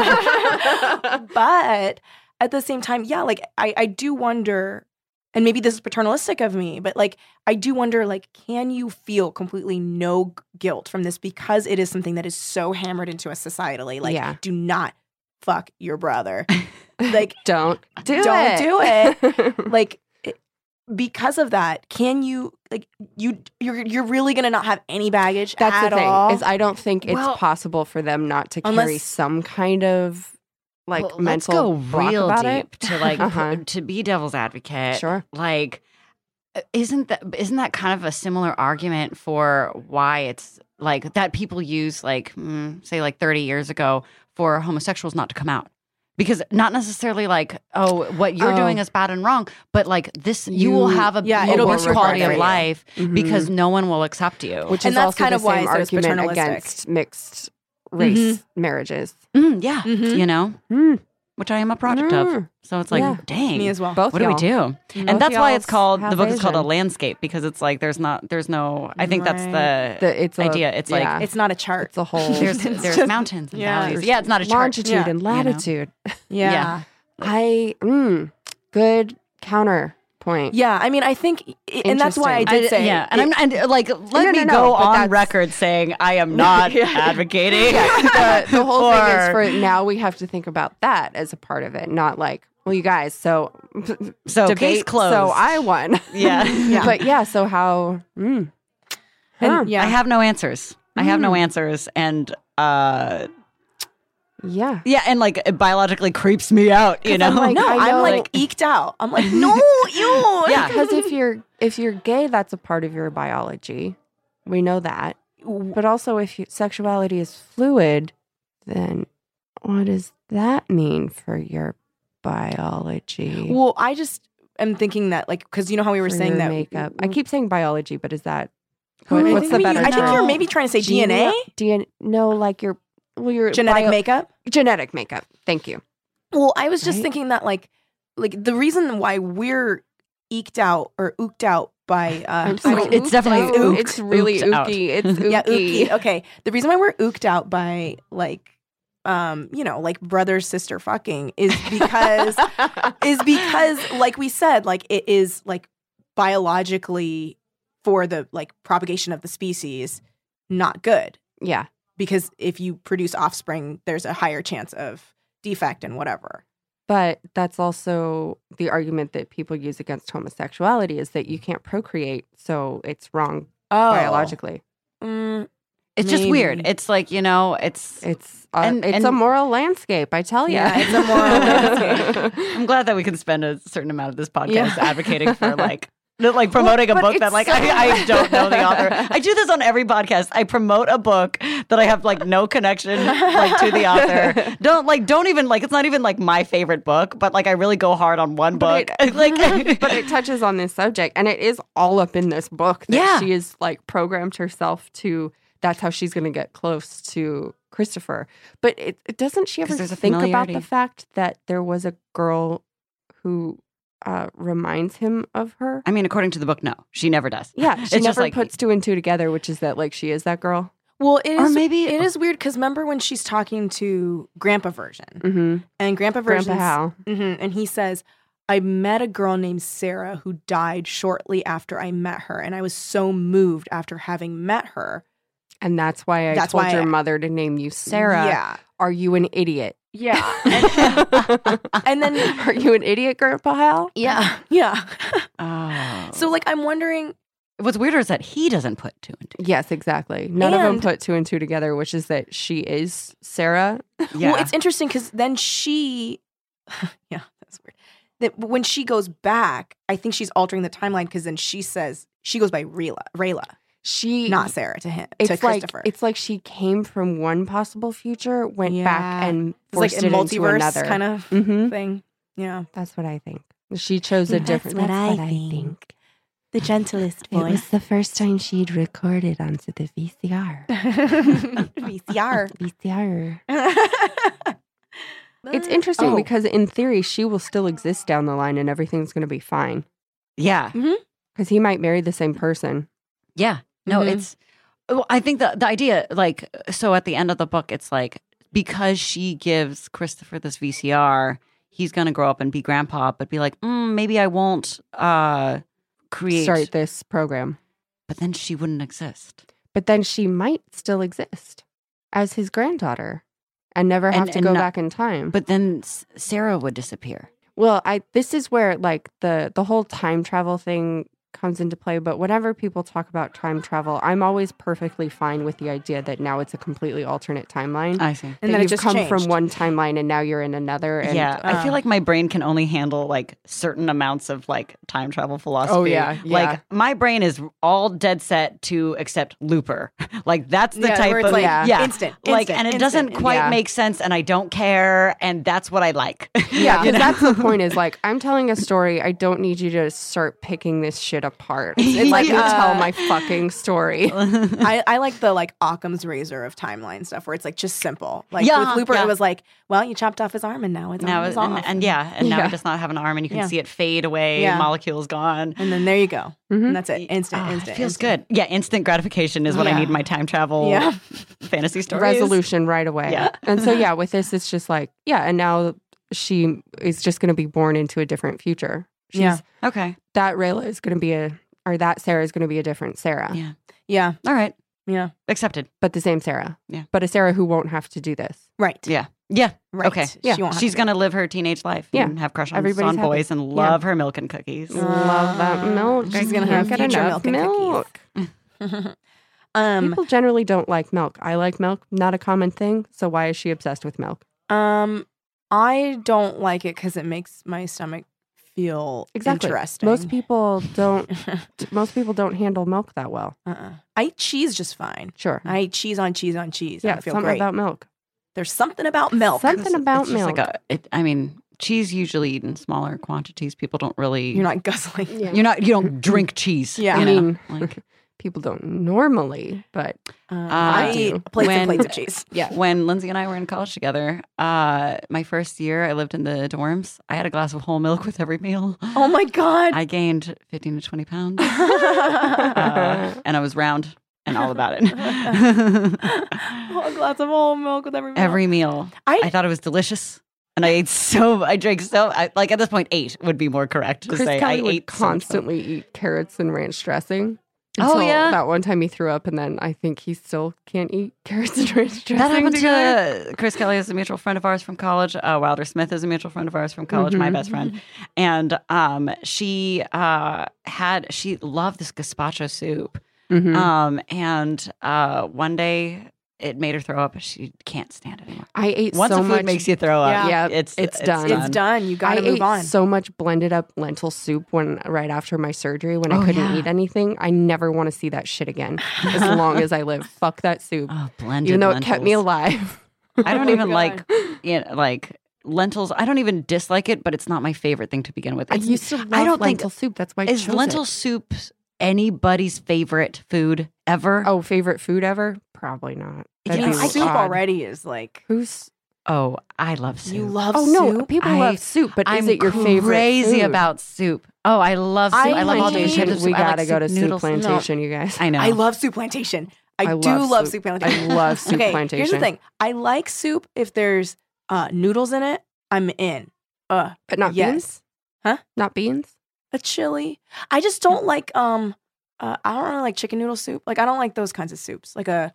haters.
But, but at the same time, yeah, like I, I do wonder, and maybe this is paternalistic of me, but like I do wonder, like, can you feel completely no g- guilt from this because it is something that is so hammered into us societally? Like,
Yeah.
do not fuck your brother. like,
don't do
Don't
it.
do
it.
like it- because of that, can you like you you're you're really gonna not have any baggage
That's
at
the thing
all?
is I don't think it's
Well-
possible for them not to carry
Unless-
some kind of like
Well,
mental
let's go
block
real
about
deep
it.
to like
Uh-huh.
pr- to be devil's advocate.
Sure.
Like, uh, isn't that isn't that kind of a similar argument for why it's like that people use like mm, say like thirty years ago for homosexuals not to come out. Because not necessarily like, oh, what you're
Oh.
doing is bad and wrong, but like this, you, will
You-
have a
yeah,
lower
it'll be too hard
quality
for
of
you.
life
Mhm.
because no one will accept you.
which
And
is
that's
also
kind
the
of why
same
I said it's
argument
paternalistic.
against mixed
Mm-hmm.
race marriages.
Mm, yeah,
Mhm.
you know,
Mm.
which I am a product of.
Mm.
So it's like,
Yeah.
dang,
me as well.
Both
what do we
y'all.
do?
Both
And that's why it's
y'all's
called the
have
book is called a
Asian.
landscape because it's like there's not there's no. I think that's the,
The, it's a-
idea. It's like
yeah.
It's not a chart.
it's a whole
there's
It's
there's
just-
mountains and
yeah.
valleys. Yeah, it's not a chart.
longitude
Yeah.
and
You know?
latitude.
yeah. yeah.
yeah.
I mm, good counterpoint.
I mean, I think, and that's why I
Interesting.
did
I-
say,
yeah, and I'm and like let
no,
me
no,
go
but
on
that's-
record saying I am not advocating.
the, the whole thing is
for-
for now we have to think about that as a part of it, not like, well, you guys, so
so case
debate,
closed.
so I won.
yeah.
Yeah.
But yeah, so how?
and-
Mm, Huh.
yeah,
I have no answers. I have
Mm.
no answers, and uh,
yeah.
yeah, and like it biologically creeps me out. You know,
I'm like,
no,
I
I'm
know-
like eked out. I'm like, no, you,
Yeah.
Because if you're if you're gay, that's a part of your biology. We know that. But also, if you, sexuality is fluid, then what does that mean for your biology?
Well, I just am thinking that, like, because you know how we were
for
saying
your
that.
makeup. I keep saying biology, but is that
Who
what-
do you
what's the
think we
better?
use?
I think
term?
No.
you're maybe trying to say DNA,
DNA. No, like your well, your
genetic
bio-
makeup.
genetic makeup. Thank you.
Well, I was just
Right?
thinking that, like, like the reason why we're eked out or ooked out by, uh,
so
I don't-
ooked it's definitely
out.
ooked-
It's really
ooked out.
ooky. It's ooky.
yeah, ooky. Okay, the reason why we're ooked out by like, um, you know, like brother sister fucking is because is because like we said like it is like biologically for the like propagation of the species not good
yeah.
because if you produce offspring there's a higher chance of defect and whatever
But that's also the argument that people use against homosexuality is that you can't procreate, so it's wrong
Mm. oh
biologically.
mm,
It's just
Maybe.
weird. It's like you know, it's
It's uh,
And-
it's a
and-
moral landscape, I tell you.
Yeah, it's a moral landscape.
I'm glad that we can spend a certain amount of this podcast
Yeah.
advocating for like not, like promoting
but
a book
it's
that like
so-
I, I don't know the author. I do this on every podcast. I promote a book that I have like no connection like to the author. Don't like don't even like it's not even like my favorite book, but like I really go hard on one
But
book.
it-
like
but it touches on this subject, and it is all up in this book that
Yeah.
she is like programmed herself to. That's how she's going to get close to Christopher. But it, it doesn't she
'Cause
ever
there's a
think about the
familiarity.
fact that there was a girl who uh, reminds him of her?
I mean, according to the book, no, she never does.
Yeah, she
It's just
never
like-
puts two and two together, which is that like she is that girl.
Well, it is.
or maybe
it is weird because remember when she's talking to Grandpa Version
Mm-hmm.
and Grandpa Version,
Grandpa Hal.
Mhm, and he says, "I met a girl named Sarah who died shortly after I met her, and I was so moved after having met her."
And that's why I
That's
told
why
your
I-
mother to name you Sarah.
Yeah.
Are you an idiot?
Yeah. And, and then
Are you an idiot, Grandpa Hal?
yeah, yeah.
Oh.
So like I'm wondering
what's weirder is that he doesn't put two and
Yes, exactly. None of them
And-
put two and two together, which is that she is Sarah.
two. Yeah.
Well, it's interesting because then she, yeah, that's weird. That when she goes back, I think she's altering the timeline because then she says she goes by Rayla, Rayla,
She
not Sarah to him
It's
to
like
Christopher.
it's like she came from one possible future, went back
Yeah.
and
It's like
forced
a
it into
multiverse
another.
kind of
hmm
thing. Yeah,
That's what I think. She chose a
That's
different.
what I think. The gentlest
It
voice.
was the first time she'd recorded onto the VCR.
VCR.
VCR. It's
But-
interesting
Oh,
because in theory she will still exist down the line and everything's going to be fine
yeah.
because he might marry the same person.
Yeah. No,
Mhm.
it's. Well, I think the the idea, like, so at the end of the book, it's like because she gives Christopher this VCR, he's gonna grow up and be grandpa, but be like, mm, maybe I won't uh create.
Start this program,
But then she wouldn't exist.
but then she might still exist as his granddaughter and never have
And-
to
and
go
not-
back in time.
But then S- Sarah would disappear.
Well, I this is where like the the whole time travel thing comes into play, but whenever people talk about time travel, I'm always perfectly fine with the idea that now it's a completely alternate timeline.
I see.
and
that
then it
you've
just
come from
changed.
one timeline and now you're in another. And
yeah, I
uh,
feel like my brain can only handle like certain amounts of like time travel philosophy.
Oh,
yeah, yeah.
like my brain is all dead set to accept Looper. like that's the
Yeah, where
type
it's
of
like,
yeah,
instant,
like
instant,
and it
instant,
doesn't
instant.
quite
Yeah.
make sense, and I don't care, and that's what I like.
yeah, because
You know?
that's the point. Is like I'm telling a story. I don't need you to start picking this shit apart. And let me
Yeah.
tell my fucking story. Mhm.
I, I like the like Occam's razor of timeline stuff where it's like just simple. Like
Yeah,
with Looper,
yeah.
it was like, well, you chopped off his arm and now it's
now
arm is
and,
off.
and yeah, and now
Yeah.
it does not have an arm, and you can
Yeah.
see it fade away.
Yeah.
Molecules gone.
And then there you go.
Mhm.
And that's it. Instant,
Ah,
instant.
it feels
instant.
good. Yeah, instant gratification is what I
Yeah.
need my time travel
Yeah.
fantasy stories.
resolution right away.
Yeah.
And so yeah, with this it's just like, yeah, and now she is just going to be born into a different future. She's,
Yeah.
Okay.
That Rayla is going to be a or that Sarah is going to be a different Sarah,
Yeah.
Yeah.
All right.
Yeah.
Accepted.
but the same Sarah.
Yeah.
But a Sarah who won't have to do this.
Right.
Yeah. Yeah.
Right.
Okay.
Yeah.
She won't have
She's
to
going to live her teenage life
Yeah.
and have crush on,
Everybody's
on
happy.
boys and
Yeah.
love her milk and cookies.
Mm.
Love that
Uh,
milk.
she's
You
gonna
can't
have
get
future
enough
milk and cookies. do it. um,
People generally don't like milk. I like milk, not a common thing. So why is she obsessed with milk?
um, I don't like it because it makes my stomach feel
Exactly.
interesting.
Most people don't
people.
most people don't handle milk that well.
uh-uh. I eat cheese just fine.
Sure.
Hmm.
I eat cheese on cheese on cheese. and
yeah,
I feel
something
great.
about milk.
There's something about milk.
Something about
it's
milk.
Just like a, it, I mean, cheese usually eaten in smaller quantities. People don't really.
You're not guzzling.
Yeah.
You're not. You don't drink cheese.
Yeah.
you
I
know?
mean,
like
people don't normally, but
Um,
I
I eat
do.
plates
When-
and plates of cheese.
yeah.
when Lindsay and I were in college together, uh, my first year, I lived in the dorms. I had a glass of whole milk with every meal.
Oh my god.
I gained 15 to 20 pounds, uh, and I was round and all about
Oh, a
it.
glass of whole milk with every meal.
Mm-hmm.
every meal.
I,
I thought it was delicious. And I ate so, I drank so, I, like at this point, eight would be more correct to
Chris
say.
Kelly
I
would
ate so much milk.
constantly eat carrots and ranch dressing.
Oh,
until
yeah?
that one time he threw up, and then I think he still can't eat carrots and ranch dressing.
That happened
together.
to Chris Kelly is a mutual friend of ours from college. Uh, Wilder Smith is a mutual friend of ours from college, my
Mhm.
best friend. And um, she uh, had, she loved this gazpacho soup.
Mhm.
Um, and uh, one day it made her throw up. She can't stand it anymore.
I ate
Once
so
a food
much.
makes you throw up,
Yeah.
it's,
It's done.
it's done. You
I
gotta move
ate
on.
so much blended up lentil soup when right after my surgery when
Oh,
I couldn't
yeah.
eat anything. I never want to see that shit again as long as I live. Fuck that soup,
Oh, blended.
even though it kept me
lentils.
alive.
I
Oh
don't
my
even
God.
like you know, like lentils. I don't even dislike it, but it's not my favorite thing to begin with.
I
It's-
used to love
don't think-
lentil soup. That's why I
is
chose it.
lentil soup anybody's favorite food ever?
Oh, favorite food ever? Probably not.
I
That'd
mean,
be
soup
odd.
already is like
Who's?
Oh, I love soup.
you love
Oh
soup.
no, people
I-
love soup, but
I'm
is it your favorite?
Crazy
food?
about soup. Oh, I love soup. I,
I
love all
plantation.
different types of
We
soup. I like
gotta go to soup
noodles.
plantation, you guys.
I know.
I love soup plantation. I,
I
do
love
love,
soup.
soup
I
plantation.
love soup
okay,
plantation.
here's the thing. I like soup if there's uh, noodles in it. I'm in. Uh,
But not
yes.
beans?
Huh?
Not beans?
A chili. I just
Hmm.
don't like um. Uh, I don't really like chicken noodle soup. Like I don't like those kinds of soups. Like a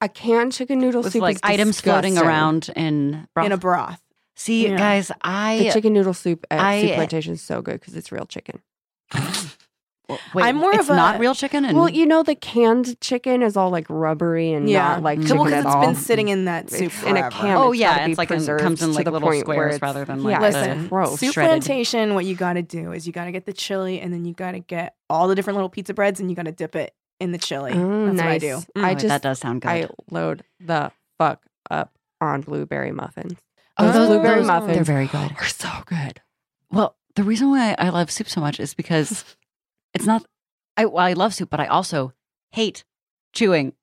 A canned chicken noodle
With
soup
like
is
items floating
disgusting.
around in broth.
in a broth.
See,
Yeah.
guys,
The
I uh,
chicken noodle soup at
I-
Soup Plantation is so good because it's real chicken.
Well, wait,
I'm more
it's
of a-
not real chicken. And
Well, you know the canned chicken is all like rubbery and
Yeah.
not like
Mm.
chicken
Well,
Chicken
because
at
it's
all.
been sitting in that
It's
soup
in a
forever.
can.
oh
it's
yeah,
gotta be
it's like in,
preserved
comes in
to
like
the
little
point where
squares
it's-
rather than
yeah,
like
it's
the-
Listen,
gross.
soup
Shredded.
plantation. What you got to do is you got to get the chili, and then you got to get all the different little pizza breads, and you got to dip it in the chili.
Oh,
That's
nice.
what I do.
Oh,
I
wait,
just
that does sound good.
I load the fuck up on blueberry muffins.
oh,
those blueberry muffins
They're very good.
They're so good.
Well, the reason why I love soup so much is because it's not. I well, I love soup, but I also hate chewing.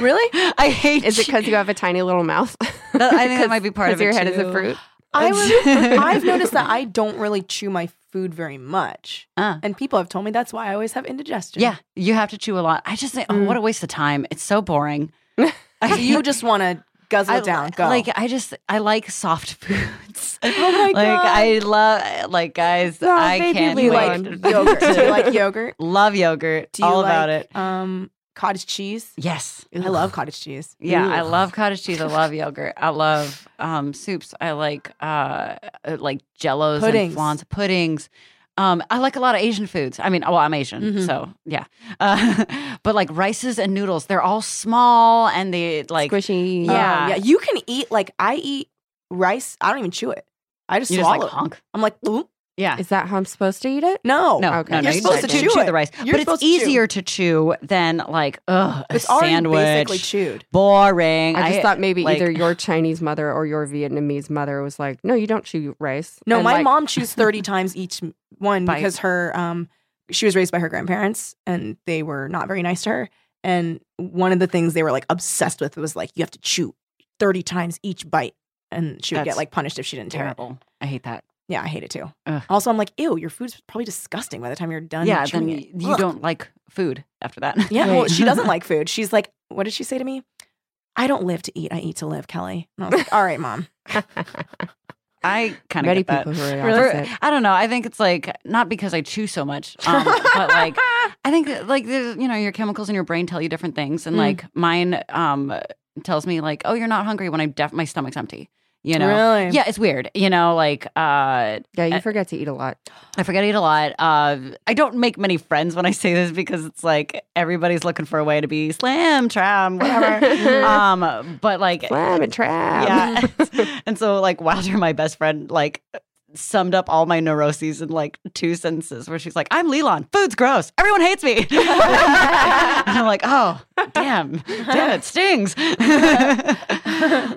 Really?
I hate.
Is it because you have a tiny little mouth?
That- I think that might be part of it.
your head is a
too.
fruit.
I was.
It's-
I've noticed that I don't really chew my food very much,
Uh,
and people have told me that's why I always have indigestion.
yeah, you have to chew a lot. I just think, oh,
Mm.
what a waste of time. It's so boring.
So you just want to guzzle
I
it down.
li-
Go.
Like I just I like soft foods.
Oh my
like
God.
I love like guys.
No,
I
baby,
can't
we
you
wait.
like
Elon.
yogurt. Do
to-
you like yogurt?
love yogurt.
Do you
all about
like,
it.
Um, cottage cheese.
Yes.
I love cottage cheese.
Yeah, I
Ugh.
love cottage cheese. I love yogurt. I love um, soups. I like uh, uh, like jellos
Puddings.
and flans, puddings. Um, I like a lot of Asian foods. I mean, well, I'm Asian,
Mhm.
so yeah. Uh, but like rices and noodles, they're all small and they like
Squishy.
Oh,
Yeah.
yeah. You can eat like I eat rice. I don't even chew it. I just
you just
swallow.
like
it.
honk.
I'm like, "Oop,
Yeah.
Is that how I'm supposed to eat it?
no,
No,
okay.
no, no.
You're supposed
said
to
don't
chew it.
the rice,
You're
but
supposed
it's
to chew.
easier to chew than like ugh, a
It's already
sandwich.
basically chewed.
Boring.
I just thought maybe
Mm, like-
either your Chinese mother or your Vietnamese mother was like, "No, you don't chew rice."
No,
And,
my
like,
mom chews 30 times each m- one
Bite.
because her um she was raised by her grandparents and they were not very nice to her. And one of the things they were like obsessed with was like you have to chew 30 times each bite and she would
That's
get like punished if she didn't tear it.
terrible. I hate that.
Yeah, I hate it too.
Ugh.
Also, I'm like, ew, your food's probably disgusting by the time you're done.
yeah,
chewing
then
it.
y- you
Ugh.
don't like food after that.
Yeah,
Right.
well, she doesn't like food. She's like, what did she say to me? I don't live to eat. I eat to live, Kelly. And I was like, all right, mom.
I kind of
Many
get that.
people who are
For-
opposite.
I don't know. I think it's like not because I chew so much, um, but like I think like there's you know your chemicals in your brain tell you different things, and
Mm.
like mine um tells me like oh you're not hungry when I'm def- my stomach's empty. You know,
really?
yeah, it's weird. You know, like uh,
Yeah, you
I-
forget to eat a lot.
I forget to eat a lot. Uh, I don't make many friends when I say this because it's like everybody's looking for a way to be slim, trim, whatever. um, but like
Slam and trap.
yeah. and so like Wilder, my best friend, like summed up all my neuroses in like two sentences where she's like, I'm Leland. Food's gross. Everyone hates me. and I'm like, oh, damn. Damn, it stings.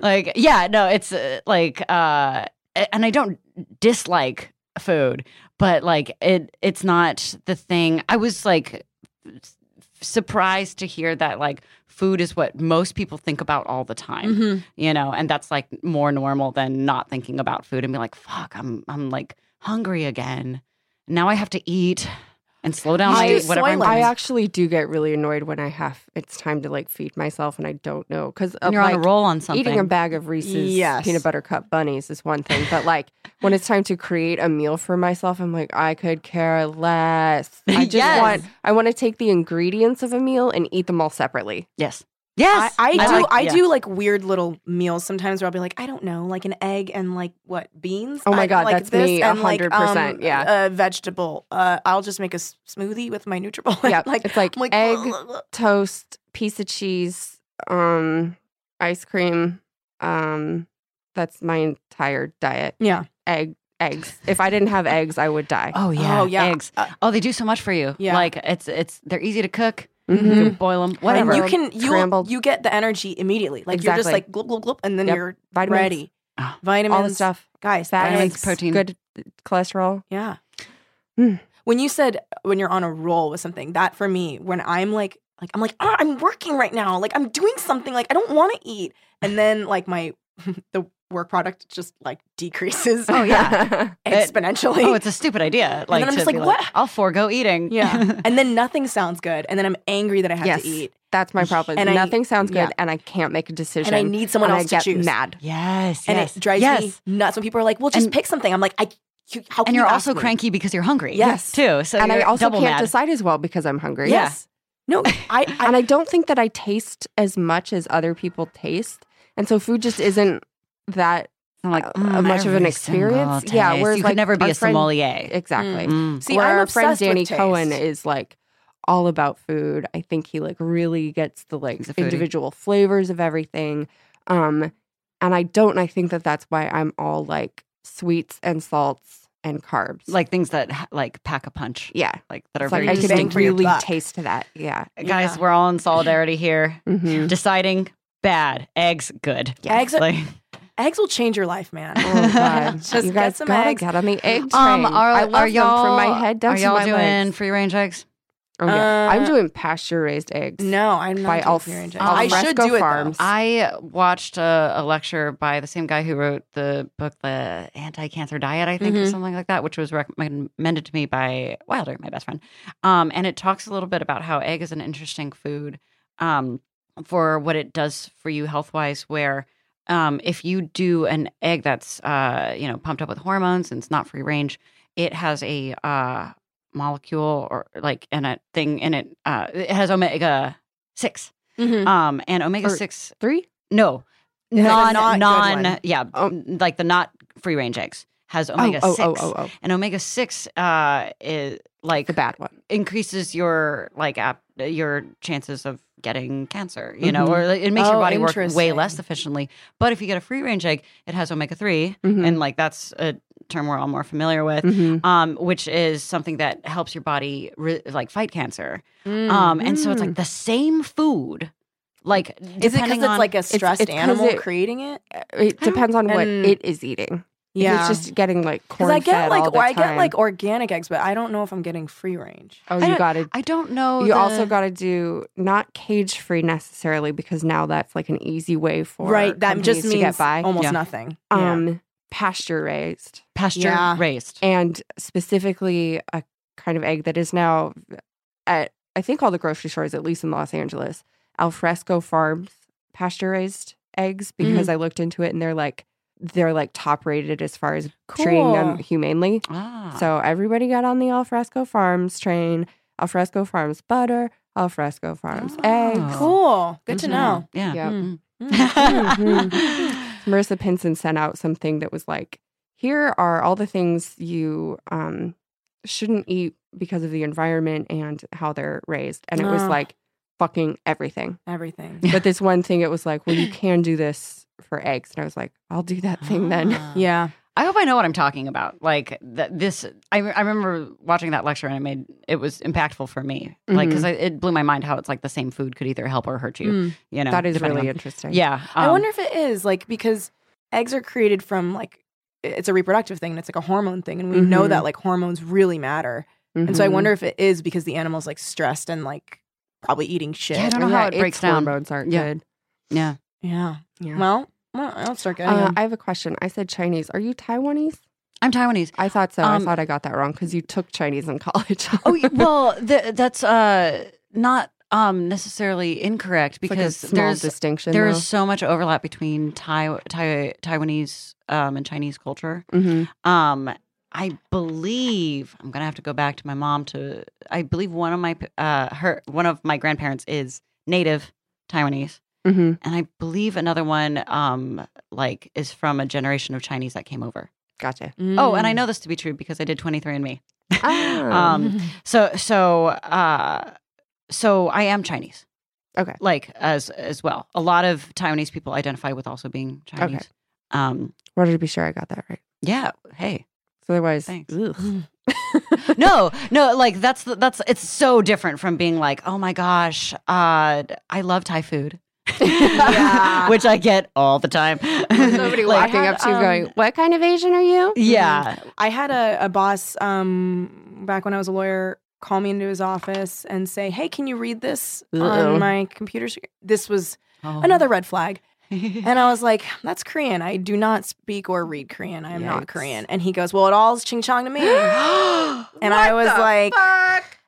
like, yeah, no, it's uh, like uh and I don't dislike food, but like it it's not the thing. I was like s- surprised to hear that like food is what most people think about all the time
Mm-hmm.
Mhm.
you know, and that's like more normal than not thinking about food and be like, fuck, I'm I'm like hungry again. Now I have to eat and slow down
You
my
should do
whatever
soy
I'm
lunch.
doing.
I actually do get really annoyed when I have it's time to like feed myself and I don't know because
And you're on a roll on something.
Eating a bag of Reese's
Yes.
peanut butter cup bunnies is one thing, but like when it's time to create a meal for myself, I'm like, I could care less. I just
Yes.
want I want to take the ingredients of a meal and eat them all separately.
yes. Yes.
I, I do.
like-
I
yeah.
do like weird little meals sometimes where I'll be like, I don't know, like an egg and like what beans.
Oh my
I-
God,
like
that's me,
and, like,
100%,
um,
yeah.
a vegetable. Uh, I'll just make a s- smoothie with my NutriBullet.
Yeah,
like
it's like
I'm like
egg,
"Ugh."
Toast, piece of cheese, um, ice cream. Um, that's my entire diet.
Yeah.
Egg eggs. If I didn't have eggs, I would die.
Oh yeah.
Oh, yeah.
Eggs.
Uh,
oh, they do so much for you.
Yeah.
Like it's it's they're easy to cook.
mm-hmm.
You
Mhm.
can boil them.
And
Whatever.
And you can you
Scrambled.
you get the energy immediately. Like you're just
Exactly.
like glup glup glup, and then
Yep.
you're
Vitamins.
ready.
Ah.
Vitamins,
All the stuff.
guys.
Fat,
Vitamins,
eggs.
protein.
Good cholesterol.
Yeah.
Hmm.
When you said uh, when you're on a roll with something, that for me, when I'm like, like I'm like, ah, I'm working right now. Like I'm doing something. Like I don't want to eat. And then like my the work product just like decreases
Oh,
yeah.
It-
exponentially.
Oh, it's a stupid idea. Like,
then I'm
to
just like,
be
what?
I'll forego eating.
yeah. and then nothing sounds good. And then I'm angry that I have
Yes.
to eat.
That's my problem.
And I-
Nothing sounds good,
yeah.
and I can't make a decision.
and I need someone
and
else
I get
to choose.
mad.
Yes.
And
yes.
it drives
yes.
me nuts when people are like, "Well, just
And-
pick something." I'm like, "I, you, how can
And you're
you ask
also
me?
cranky because you're hungry.
Yes.
Too. So
and I
you're
also
double
can't
mad.
decide as well because I'm hungry.
Yeah.
Yes. No, I, I
and I don't think that I taste as much as other people taste, and so food just isn't that
I'm like,
uh, much of an
every
experience.
single
Yeah,
taste.
whereas,
you
like,
could never be
our
a
friend-
sommelier.
exactly.
Mm.
see.
Where
I'm
our friend
obsessed with
Danny
taste.
Cohen is like all about food. I think he like really gets the like
He's a foodie.
individual flavors of everything. Um and I don't and I think that that's why I'm all like sweets and salts and carbs.
Like things that ha- like pack a punch.
yeah.
Like that are
It's like
very
I
big
can
bang
distinct.
for your
really
buck.
taste that. Yeah.
Guys,
Yeah.
we're all in solidarity here.
Mhm.
Deciding bad. Eggs good.
Yes.
Eggs are-
Like,
Eggs will change your life, man.
Oh god.
Just
you
get
guys
some
gotta
eggs.
get on the egg train.
um, are,
I love
are
them
y'all
from my head down
Are
to
y'all
my
doing
legs.
free range eggs?
Oh, yeah. I'm
Uh,
doing pasture raised eggs.
No, I'm not
By
doing
Al-
Fury Injection.
Al
I should
Fresco
do it Mm-hmm. Farms.
Farms.
I watched a, a lecture by the same guy who wrote the book, The Anti Cancer Diet, I think, or
Mhm.
something like that, which was recommended to me by Wilder, my best friend. Um, and it talks a little bit about how egg is an interesting food um, for what it does for you health wise, where um, if you do an egg that's uh, you know pumped up with hormones and it's not free range, it has a uh, molecule or like and a thing in it. Uh, it has omega six,
Mhm.
um, and omega
Or-
six
Three?
no,
Yeah, the
non
not good
non
one.
yeah,
Oh.
n- like the not free range eggs has
Oh,
omega
oh,
six,
oh, oh, oh.
and omega six uh is like
The bad one.
increases your like ap- your chances of getting cancer, you know, or like, it makes your
Oh,
body work way less
interesting.
efficiently. But if you get a free range egg, it has omega 3
Mhm.
Hmm.
and like that's a term we're all more familiar with.
Mhm.
Mm-hmm.
Um, which is something that helps your body re- like fight cancer.
Mm.
Um, and so it's
Mm.
like the same food, like
is it because
depending
it's
on-
like a stressed
it's 'cause
animal
it-
creating it?
It depends on what
And-
it is eating. Yeah. It's just getting like corn
because I get
fed all
like
the
or I
time.
get like organic eggs, but I don't know if I'm getting free range.
oh,
I
you
don't-
got to
I don't
Oh,
know.
you
the-
also got to do not cage free necessarily because now that's like an easy way for
right, that just
companies
means
to get by.
almost
Yeah.
nothing.
Um, pasture raised
pasture
Yeah.
raised.
and specifically a kind of egg that is now at I think all the grocery stores, at least in Los Angeles, Alfresco Farms pasture raised eggs
Mm.
because I looked into it and they're like they're like top rated as far as treating them
Cool.
humanely.
Ah.
So everybody got on the Alfresco Farms train. Alfresco Farms butter. Alfresco Farms eggs.
Oh.
cool, good to
Mhm.
know. Mm-hmm.
Yeah.
Yeah.
Mm.
Marissa Pinson sent out something that was like, here are all the things you um, shouldn't eat because of the environment and how they're raised. And it was
Oh.
like fucking everything.
Everything.
But this one thing, it was like, well, you can do this for eggs. And I was like, I'll do that thing then.
Ah.
Yeah.
I hope I know what I'm talking about. Like th- this, I, re- I remember watching that lecture and it made it was impactful for me. Like 'cause Like
Mm-hmm.
because it blew my mind how it's like the same food could either help or hurt you.
Mm.
You know
that is
depending
really
on-
interesting.
yeah.
I
um,
wonder if it is like because eggs are created from like it's a reproductive thing and it's like a hormone thing, and we know
Mhm.
that like hormones really matter. And so I
Mhm.
wonder if
Mm-hmm.
it is because the animal's like stressed and like probably eating shit.
Yeah, I don't know
And
how
yeah,
it breaks
its
down.
Hormones aren't
Yeah.
good.
Yeah.
Yeah.
Yeah.
Well, well, I'll start getting
Uh,
them.
I have a question. I said Chinese. Are you Taiwanese?
I'm Taiwanese.
I thought so.
Um,
I thought I got that wrong because you took Chinese in college.
Oh y- well, th- that's uh not um necessarily incorrect
It's like a
because
small
there's
distinction.
there is so much overlap between Tai, tai Taiwanese um, and Chinese culture.
hmm
Um, I believe I'm gonna have to go back to my mom to. I believe one of my p- uh her one of my grandparents is native Taiwanese,
hmm
and I believe another one um like is from a generation of Chinese that came over.
Gotcha.
Oh, and I
Mm.
know this to be true because I did 23andMe.
Ah.
um, so so uh, so I am Chinese.
Okay.
Like as as well, a lot of Taiwanese people identify with also being Chinese. Um,
Wanted to be sure I got that right.
yeah. Hey.
'Cause Otherwise,
Thanks.
ugh.
no, no, like that's the, that's it's so different from being like, oh my gosh, uh, I love Thai food,
Yeah.
which I get all the time.
Nobody
Like,
walking
I had,
up to you
um,
going, "What kind of Asian are you?"
Mm-hmm.
yeah,
I had a, a boss um, back when I was a lawyer call me into his office and say, "Hey, can you read this
Uh-oh.
on my computer?" sc- This was
Oh.
another Mm-hmm. red flag, and I was like, "That's Korean. I do not speak or read Korean. I am
Yikes.
not Korean." And he goes, "Well, it all's ching chong to me."
and
I was like-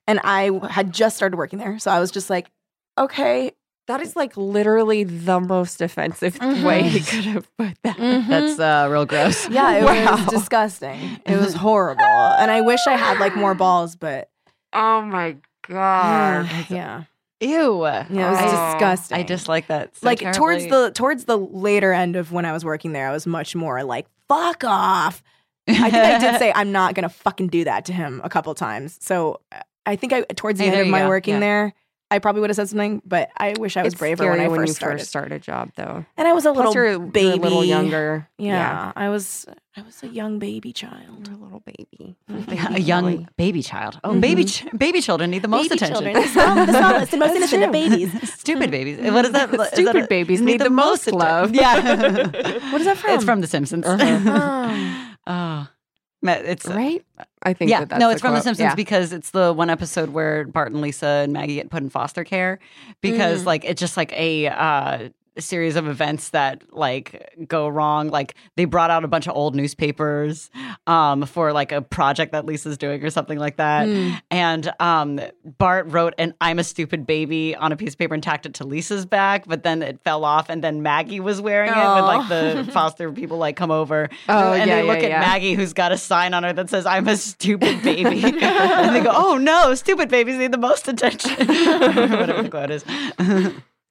and I w- had just started working there, so I was just like, okay.
That is like literally the most offensive
Mhm.
way he could have put that.
That's uh, real gross.
yeah, it
Wow.
was disgusting. It was horrible, and I wish I had like more balls, but
Oh my god.
yeah, yeah,
Ew.
it was
Oh.
disgusting.
I dislike that. So
like towards
terribly.
the towards the later end of when I was working there, I was much more like fuck off. I think I did say I'm not gonna fucking do that to him a couple times. So uh, I think I towards the
Hey,
end
there
of
you
my
go.
working
Yeah.
there, I probably would have said something, but I wish I was
it's
braver
scary
when I
when
first
you
started.
first start a job though.
And I was a little
Plus you're, you're
baby,
a little younger.
Yeah, I was I was a young baby child.
You're a little baby.
Yeah, a young baby child. Oh, baby ch- baby children need the most
Mm-hmm. baby
attention.
children, the small- the smallest and most innocent of babies.
Stupid babies. What is that? Is
Stupid
that a-
babies need the most
atten-
love. Mm.
Yeah.
What is that
It's
from?
from The Simpsons.
Uh-huh.
oh. Ma- It's
Right? I think
yeah,
that that's
no, it's from The
quote.
Simpsons because it's the one episode where Bart and Lisa and Maggie get put in foster care
Mm.
because like it's just like a uh, series of events that like go wrong. Like they brought out a bunch of old newspapers um, for like a project that Lisa's doing or something like that,
Hmm.
and um, Bart wrote an "I'm a stupid baby" on a piece of paper and tacked it to Lisa's back, but then it fell off, and then Maggie was wearing it when like the foster people like come over
Oh,
and
yeah,
they
yeah,
look at
yeah.
Maggie. Maggie who's got a sign on her that says, I'm a stupid baby. and they go, Oh no, stupid babies need the most attention. Whatever the quote is.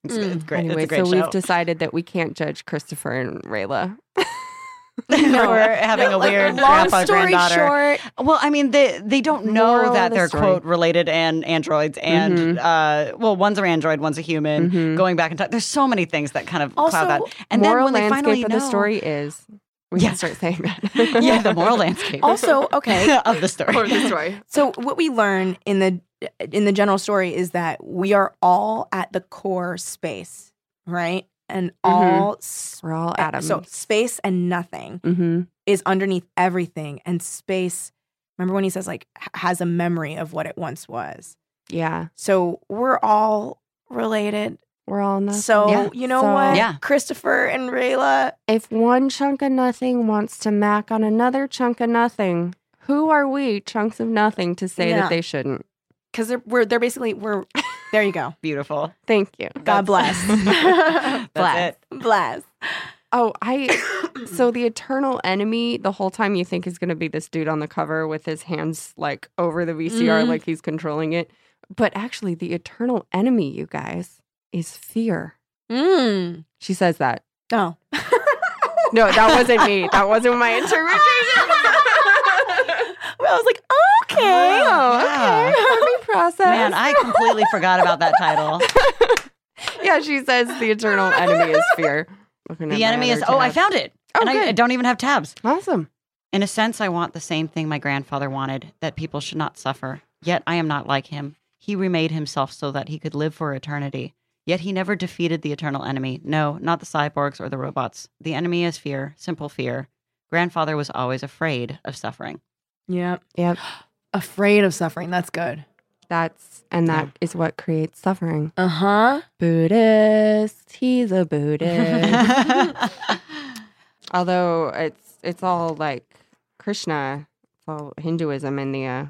It's, it's
Mm.
great.
Anyway,
it's a great
so
show.
we've decided that we can't judge Christopher and Rayla.
No, we're having a
Like,
weird
long
grandpa
story
granddaughter.
short,
Well, I mean, they they don't know
Moral of
that
the
they're
story. Mm-hmm.
quote related and androids and uh, well, one's an android, one's a human. Going back in time, there's so many things that kind of
Also,
cloud that. And
Moral
then when they
landscape
finally
of
know,
the story is we
Yeah.
can start saying that.
yeah, the moral landscape
also okay.
of the story.
story.
So what we learn in the in the general story is that we are all at the core space, right? And
Mm-hmm.
all s-
We're all atoms.
so space and nothing
mm-hmm.
is underneath everything, and space. Remember when he says like h- has a memory of what it once was.
Yeah.
So we're all related.
We're all nothing.
So
Yeah.
you know
So-
what,
Yeah.
Christopher and Rayla,
if one chunk of nothing wants to mac on another chunk of nothing, who are we, chunks of nothing, to say
Yeah.
that they shouldn't?
because they're we're they're basically we're there. You go.
Beautiful.
Thank you.
God
That's-
bless.
That's
bless.
it.
Bless.
Oh, I. So the eternal enemy, the whole time you think is going to be this dude on the cover with his hands like over the VCR,
Mm-hmm.
Mhm.
like he's controlling it. But actually, the eternal enemy, you guys, is fear.
Mm.
She says that.
Oh.
No, that wasn't me. That wasn't my interpretation.
Well, I was like, okay,
Oh, yeah.
okay.
Let me process.
Man, I completely forgot about that title.
yeah, she says the eternal enemy is fear. Looking at
The
my
enemy is
other
oh, I
tab.
found it.
Oh,
and I, I
good.
don't even have tabs.
Awesome.
In a sense, I want the same thing my grandfather wanted that people should not suffer. Yet I am not like him. He remade himself so that he could live for eternity. Yet he never defeated the eternal enemy. No, not the cyborgs or the robots. The enemy is fear, simple fear. Grandfather was always afraid of suffering.
Yeah.
Yep.
Afraid of suffering. That's good.
That's and that is what creates suffering.
Uh huh.
Buddhist. He's a Buddhist. Although it's it's all like Krishna, it's all Hinduism in the uh,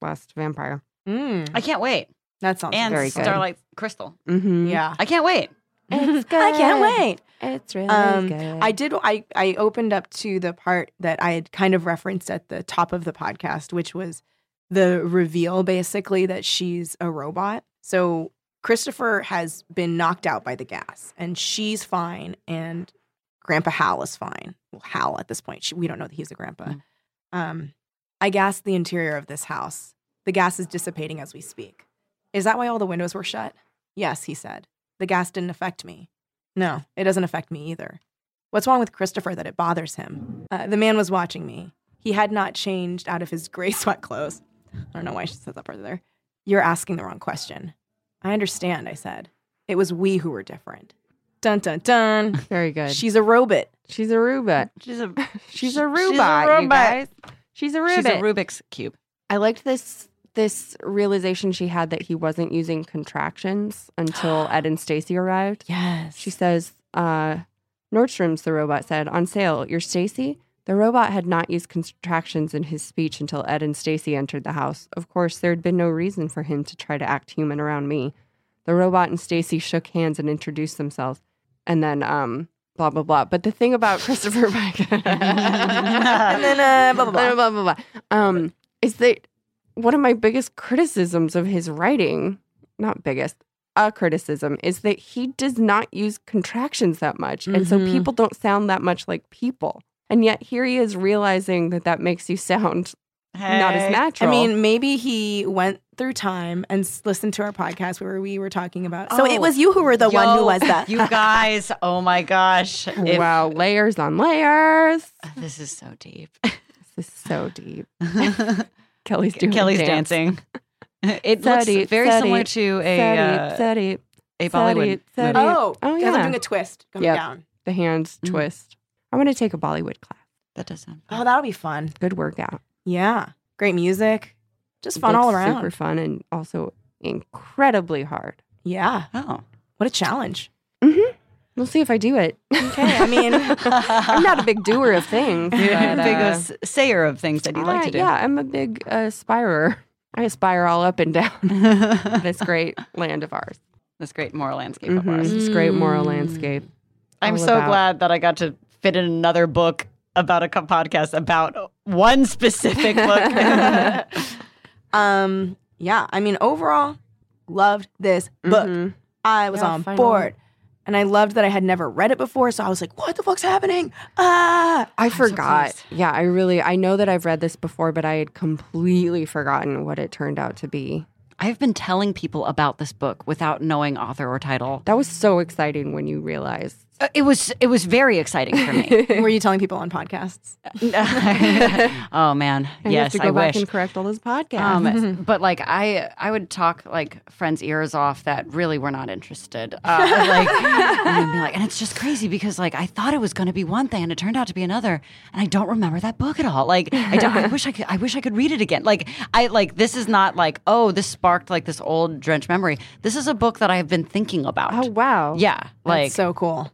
Last Vampire.
Mm.
I can't wait.
That sounds
And
Very good.
Starlight Crystal.
Mm-hmm.
Yeah.
I can't wait.
It's good.
I can't wait.
It's really
Um,
good.
I did. I I opened up to the part that I had kind of referenced at the top of the podcast, which was the reveal, basically, that she's a robot. So Christopher has been knocked out by the gas, and she's fine, and Grandpa Hal is fine. Well, Hal at this point, she, we don't know that he's a grandpa.
Mm.
Um, I gassed the interior of this house. The gas is dissipating as we speak. Is that why all the windows were shut? Yes, he said. The gas didn't affect me. No, it doesn't affect me either. What's wrong with Christopher that it bothers him? Uh, the man was watching me. He had not changed out of his gray sweat clothes. I don't know why she said that part there. You're asking the wrong question. I understand, I said. It was we who were different. Dun dun dun.
Very good.
She's a robot.
she's a robot.
She's a
She's a robot. You guys. She's a
She's
robot.
a Rubik's cube.
I liked this this realization she had that he wasn't using contractions until Ed and Stacy arrived.
Yes.
She says, uh, Nordstrom's, the robot said, on sale. You're Stacy? The robot had not used contractions in his speech until Ed and Stacy entered the house. Of course, there had been no reason for him to try to act human around me. The robot and Stacy shook hands and introduced themselves, and then um, blah blah blah. But the thing about Christopher Mike.
and then uh, blah, blah, blah.
blah, blah, blah, blah. Um, is that one of my biggest criticisms of his writing? Not biggest, a criticism is that he does not use contractions that much, and so
Mhm.
people don't sound that much like people. And yet here he is realizing that that makes you sound not as
Hey.
natural.
I mean, maybe he went through time and s- listened to our podcast where we were talking about. So it
Oh,
was you who were the one who
yo,
was that.
You guys, oh my gosh. If- Uh,
wow, layers on layers.
This is so deep.
This is so deep. Kelly's doing a
Kelly's
dance.
dancing. It
So
looks
deep,
very
so
similar
deep,
to a
So
uh,
deep, so deep.
a
so
Bollywood.
deep, so
movie.
deep.
oh,
Oh,
because
yeah.
I'm doing a twist coming
Yep.
down.
The hands
Mhm.
twist. I'm going to take a Bollywood class.
That does sound.
Oh, that'll be fun.
Good workout.
Yeah, great music, just fun
Looks
all around.
Super fun and also incredibly hard.
Yeah,
Oh.
what a challenge.
We'll see if I do it.
Okay, I mean,
I'm not a big doer of things. But,
You're a big
uh,
s- sayer of things that you like
I-
to do.
Yeah, I'm a big aspirer. I aspire all up and down this great land of ours.
this great moral landscape
Mhm,
of ours.
This great moral
Mm.
landscape.
I'm
all
so
about.
glad that I got to fit in another book about a co- podcast about one specific book.
um, yeah, I mean, overall, loved this book.
Mm-hmm.
Mhm.
I was
Yeah,
on
finally.
board. And I loved that I had never read it before, so I was like, "What the fuck's happening?" Ah,
I
so
forgot.
pleased.
yeah, I really, I know that I've read this before, but I had completely forgotten what it turned out to be.
I've been telling people about this book without knowing author or title.
That was so exciting when you realized.
Uh, It was it was very exciting for me.
were you telling people on podcasts?
oh man,
I have
yes,
to go
I
back
wish.
and correct all those podcasts.
Um, but like I, I would talk like friends' ears off that really were not interested. Uh, like, and, I'd be like, and it's just crazy because like I thought it was going to be one thing and it turned out to be another, and I don't remember that book at all. Like I, don't, I wish I could, I wish I could read it again. Like I like this is not like oh this sparked like this old drenched memory. This is a book that I have been thinking about.
oh wow.
yeah, like
That's so cool.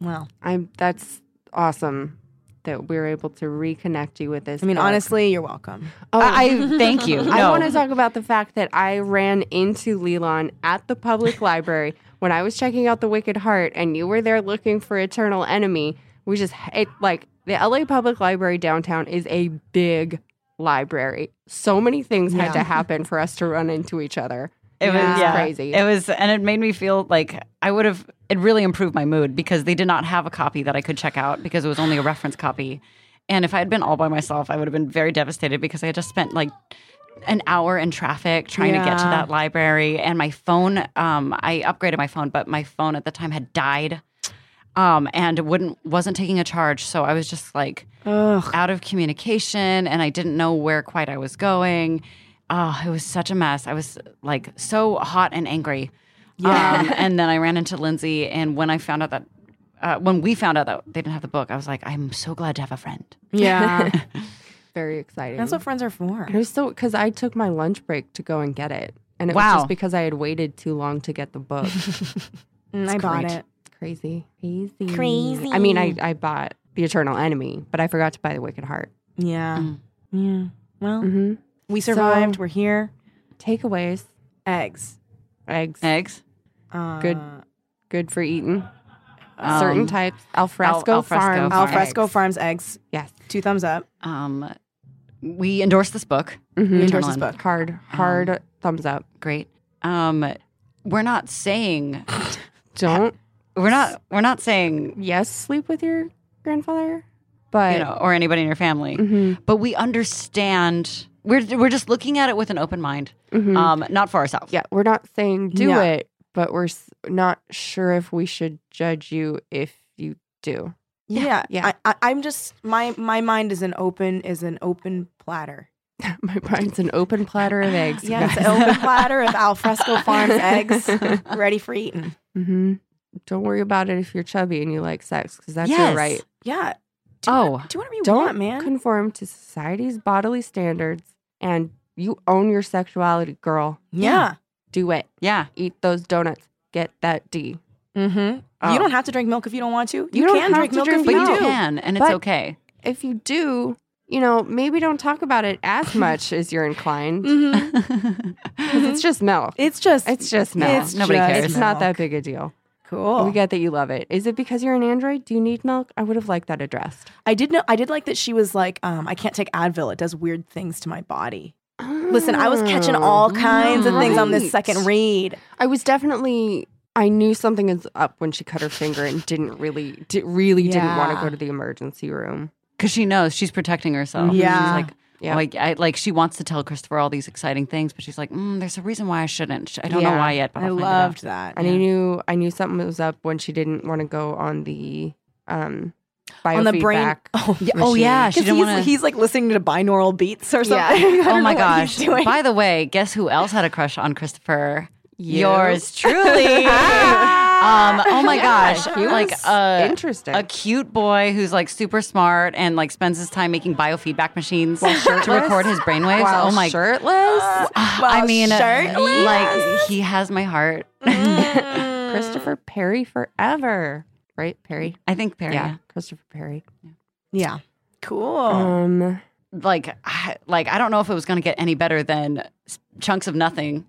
Well,
I'm that's awesome that we're able to reconnect you with this.
I mean,
book.
honestly, you're welcome.
Oh,
I, I thank you.
I
No.
want to talk about the fact that I ran into Leland at the public library when I was checking out The Wicked Heart, and you were there looking for Eternal Enemy. We just it like the LA Public Library downtown is a big library. So many things had
Yeah.
to happen for us to run into each other.
It
Yeah.
was yeah.
Crazy.
It was, and it made me feel like I would have. It really improved my mood because they did not have a copy that I could check out because it was only a reference copy. And if I had been all by myself, I would have been very devastated because I had just spent like an hour in traffic trying to get to
Yeah.
that library. And my phone, um, I upgraded my phone, but my phone at the time had died, um, and it wouldn't wasn't taking a charge. So I was just like
Ugh.
out of communication and I didn't know where quite I was going. Oh, it was such a mess. I was like so hot and angry.
Yeah.
Um, and then I ran into Lindsay, and when I found out that, uh, when we found out that they didn't have the book, I was like, I'm so glad to have a friend.
Yeah.
Very exciting.
That's what friends are for.
And it was so because I took my lunch break to go and get it, and it was
Wow.
just because I had waited too long to get the book.
Mm, I bought it.
Crazy. Crazy.
Crazy.
I mean, I, I bought The Eternal Enemy, but I forgot to buy The Wicked Heart.
Yeah.
Mm.
Yeah. Well,
Mm-hmm.
we
So-
survived. We're here.
Takeaways.
Eggs.
Eggs.
Eggs?
Uh,
Good. Good for eating.
Um,
Certain types. Alfresco
al-
Farm.
alfresco farms.
Alfresco
eggs.
Farms eggs.
Yes.
Two thumbs up.
Um, we endorsed this book.
Mm-hmm.
endorse this
on.
book.
Hard, hard thumbs up.
Great. Um, we're not saying
Don't,
we're not we're not saying
yes, sleep with your grandfather, but
you know or anybody in your family,
Mhm.
but we understand. We're we're just looking at it with an open mind.
Mhm.
um, not for ourselves.
yeah, we're not saying do
Yeah.
it, but we're s- not sure if we should judge you if you do.
Yeah.
yeah.
I, I, I'm just my my mind is an open is an open platter.
My mind's an open platter of eggs.
Yeah, it's
guys.
an open platter of Alfresco Farms eggs ready for eating.
Mm-hmm. Don't worry about it if you're chubby and you like sex, because that's your
Yes.
right.
Yeah. Do
Oh.
what- do whatever you
Don't
want, man.
conform to society's bodily standards, and you own your sexuality, girl.
yeah.
Do it.
Yeah.
Eat those donuts. Get that D.
Mm-hmm.
Oh.
You don't have to drink milk if you don't want to. You,
don't
can
have
drink
to
milk
drink
if
But
you
milk.
you
do.
can, and it's
But-
okay.
If you do, you know, maybe don't talk about it as much as you're inclined.
Mhm.
'Cause It's just milk.
It's just
It's just milk.
It's
Nobody
just
cares.
It's not that
Mm-hmm. milk.
big a deal.
cool.
We get that you love it. Is it because you're an android? Do you need milk? I would have liked that addressed.
I did know. I did like that she was like, um, I can't take Advil. It does weird things to my body. Listen, I was catching all kinds of things on this
right.
second read.
I was definitely. I knew something is up when she cut her finger and didn't really, di- really didn't want to
Yeah.
go to the emergency room.
because she knows she's protecting herself.
Yeah.
she's like,
Yeah.
yeah, like, I, like she wants to tell Christopher all these exciting things, but she's like, mm, there's a reason why I shouldn't. Sh- I don't
Yeah.
know why yet, but
I
I'll find it out."
loved that.
And I knew, I knew something was up when she didn't want to go on the, um, biofeedback.
On the brain. Oh,
Yeah, oh yeah, she
Because
didn't
he's,
want to.
he's like listening to binaural beats or
Yeah.
something. I
Oh
don't
my
know what he's
gosh!
doing.
By the way, guess who else had a crush on Christopher?
You.
Yours truly. um, oh my gosh!
he
like
was
uh, a
interesting.
a cute boy who's like super smart and like spends his time making biofeedback machines to record his brainwaves.
While
oh my!
shirtless,
I mean,
Uh,
uh,
shirtless? Mm-hmm.
like he has my heart.
Christopher Perry forever, right? Perry,
I think Perry.
yeah, Christopher Perry.
yeah, cool.
Um,
like I, like I don't know if it was going to get any better than s- chunks of nothing.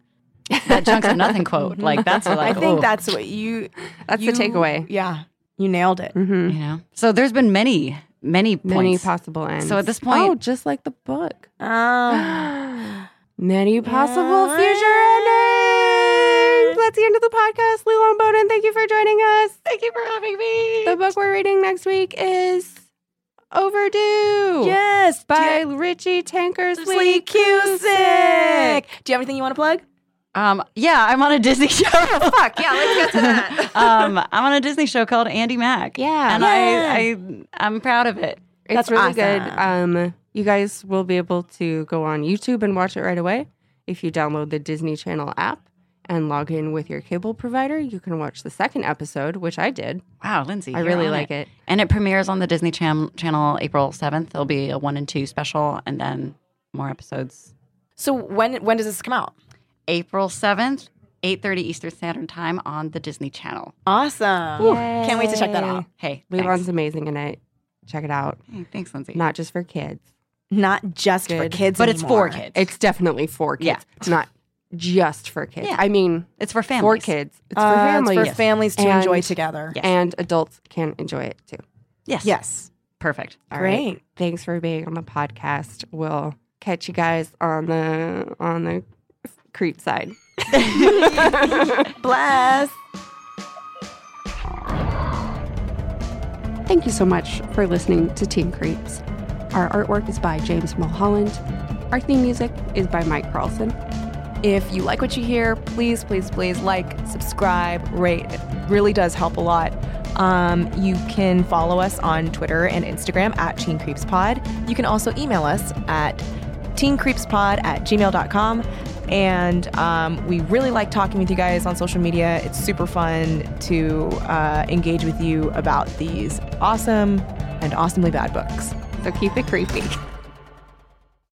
That chunks of nothing quote. Like that's what, like
I think
ooh,
that's what you.
That's the
you-
takeaway.
Yeah, you nailed it.
hmm
you know. So there's been many many points.
many possible ends.
So at this point-
oh, just like the book,
Um,
many possible future endings. That's the end of the podcast. Lou Long Bowden, thank you for joining us.
Thank you for having me.
The book we're reading next week is Overdue.
yes,
By
do you-
Richie Tankersley
Sleek Cusick. Do you have anything you want to plug?
um yeah, I'm on a Disney show. fuck
Oh, yeah, let's get to that.
um, I'm on a Disney show called Andy Mack.
Yeah.
and I, I I'm proud of it.
It's
That's
really good.
awesome.
Um, you guys will be able to go on YouTube and watch it right away. If you download the Disney Channel app and log in with your cable provider, you can watch the second episode, which I did.
Wow, Lindsay,
I
you're
really
on
like it.
and it premieres on the Disney Cham- Channel April 7th. There'll be a one and two special, and then more episodes
So when when does this come out?
April 7th, 8:30 Eastern Standard Time on the Disney Channel.
Awesome. Can't wait to check that out.
Hey,
Levon's
thanks.
amazing in it. Check it out.
Hey, thanks Lindsay.
Not just for kids.
Not just for
Good.
kids,
but it's
anymore.
for
Uh,
kids. It's
It's definitely for
Yeah.
kids. Not just for kids.
Yeah.
I mean,
it's for families.
for kids. It's
Uh,
for families.
for families to
And-
enjoy together.
Yes.
And adults can enjoy it too.
Yes.
Yes.
Perfect.
All right.
Great.
Thanks for being on the podcast. We'll catch you guys on the on the creep side.
Bless.
Thank you so much for listening to Team Creeps. Our artwork is by James Mulholland. Our theme music is by Mike Carlson.
If you like what you hear, please, please, please like, subscribe, rate. It really does help a lot. Um, you can follow us on Twitter and Instagram at Teen Creeps Pod. You can also email us at teencreepspod at gmail.com. And um, we really like talking with you guys on social media. It's super fun to uh, engage with you about these awesome and awesomely bad books.
So keep it creepy.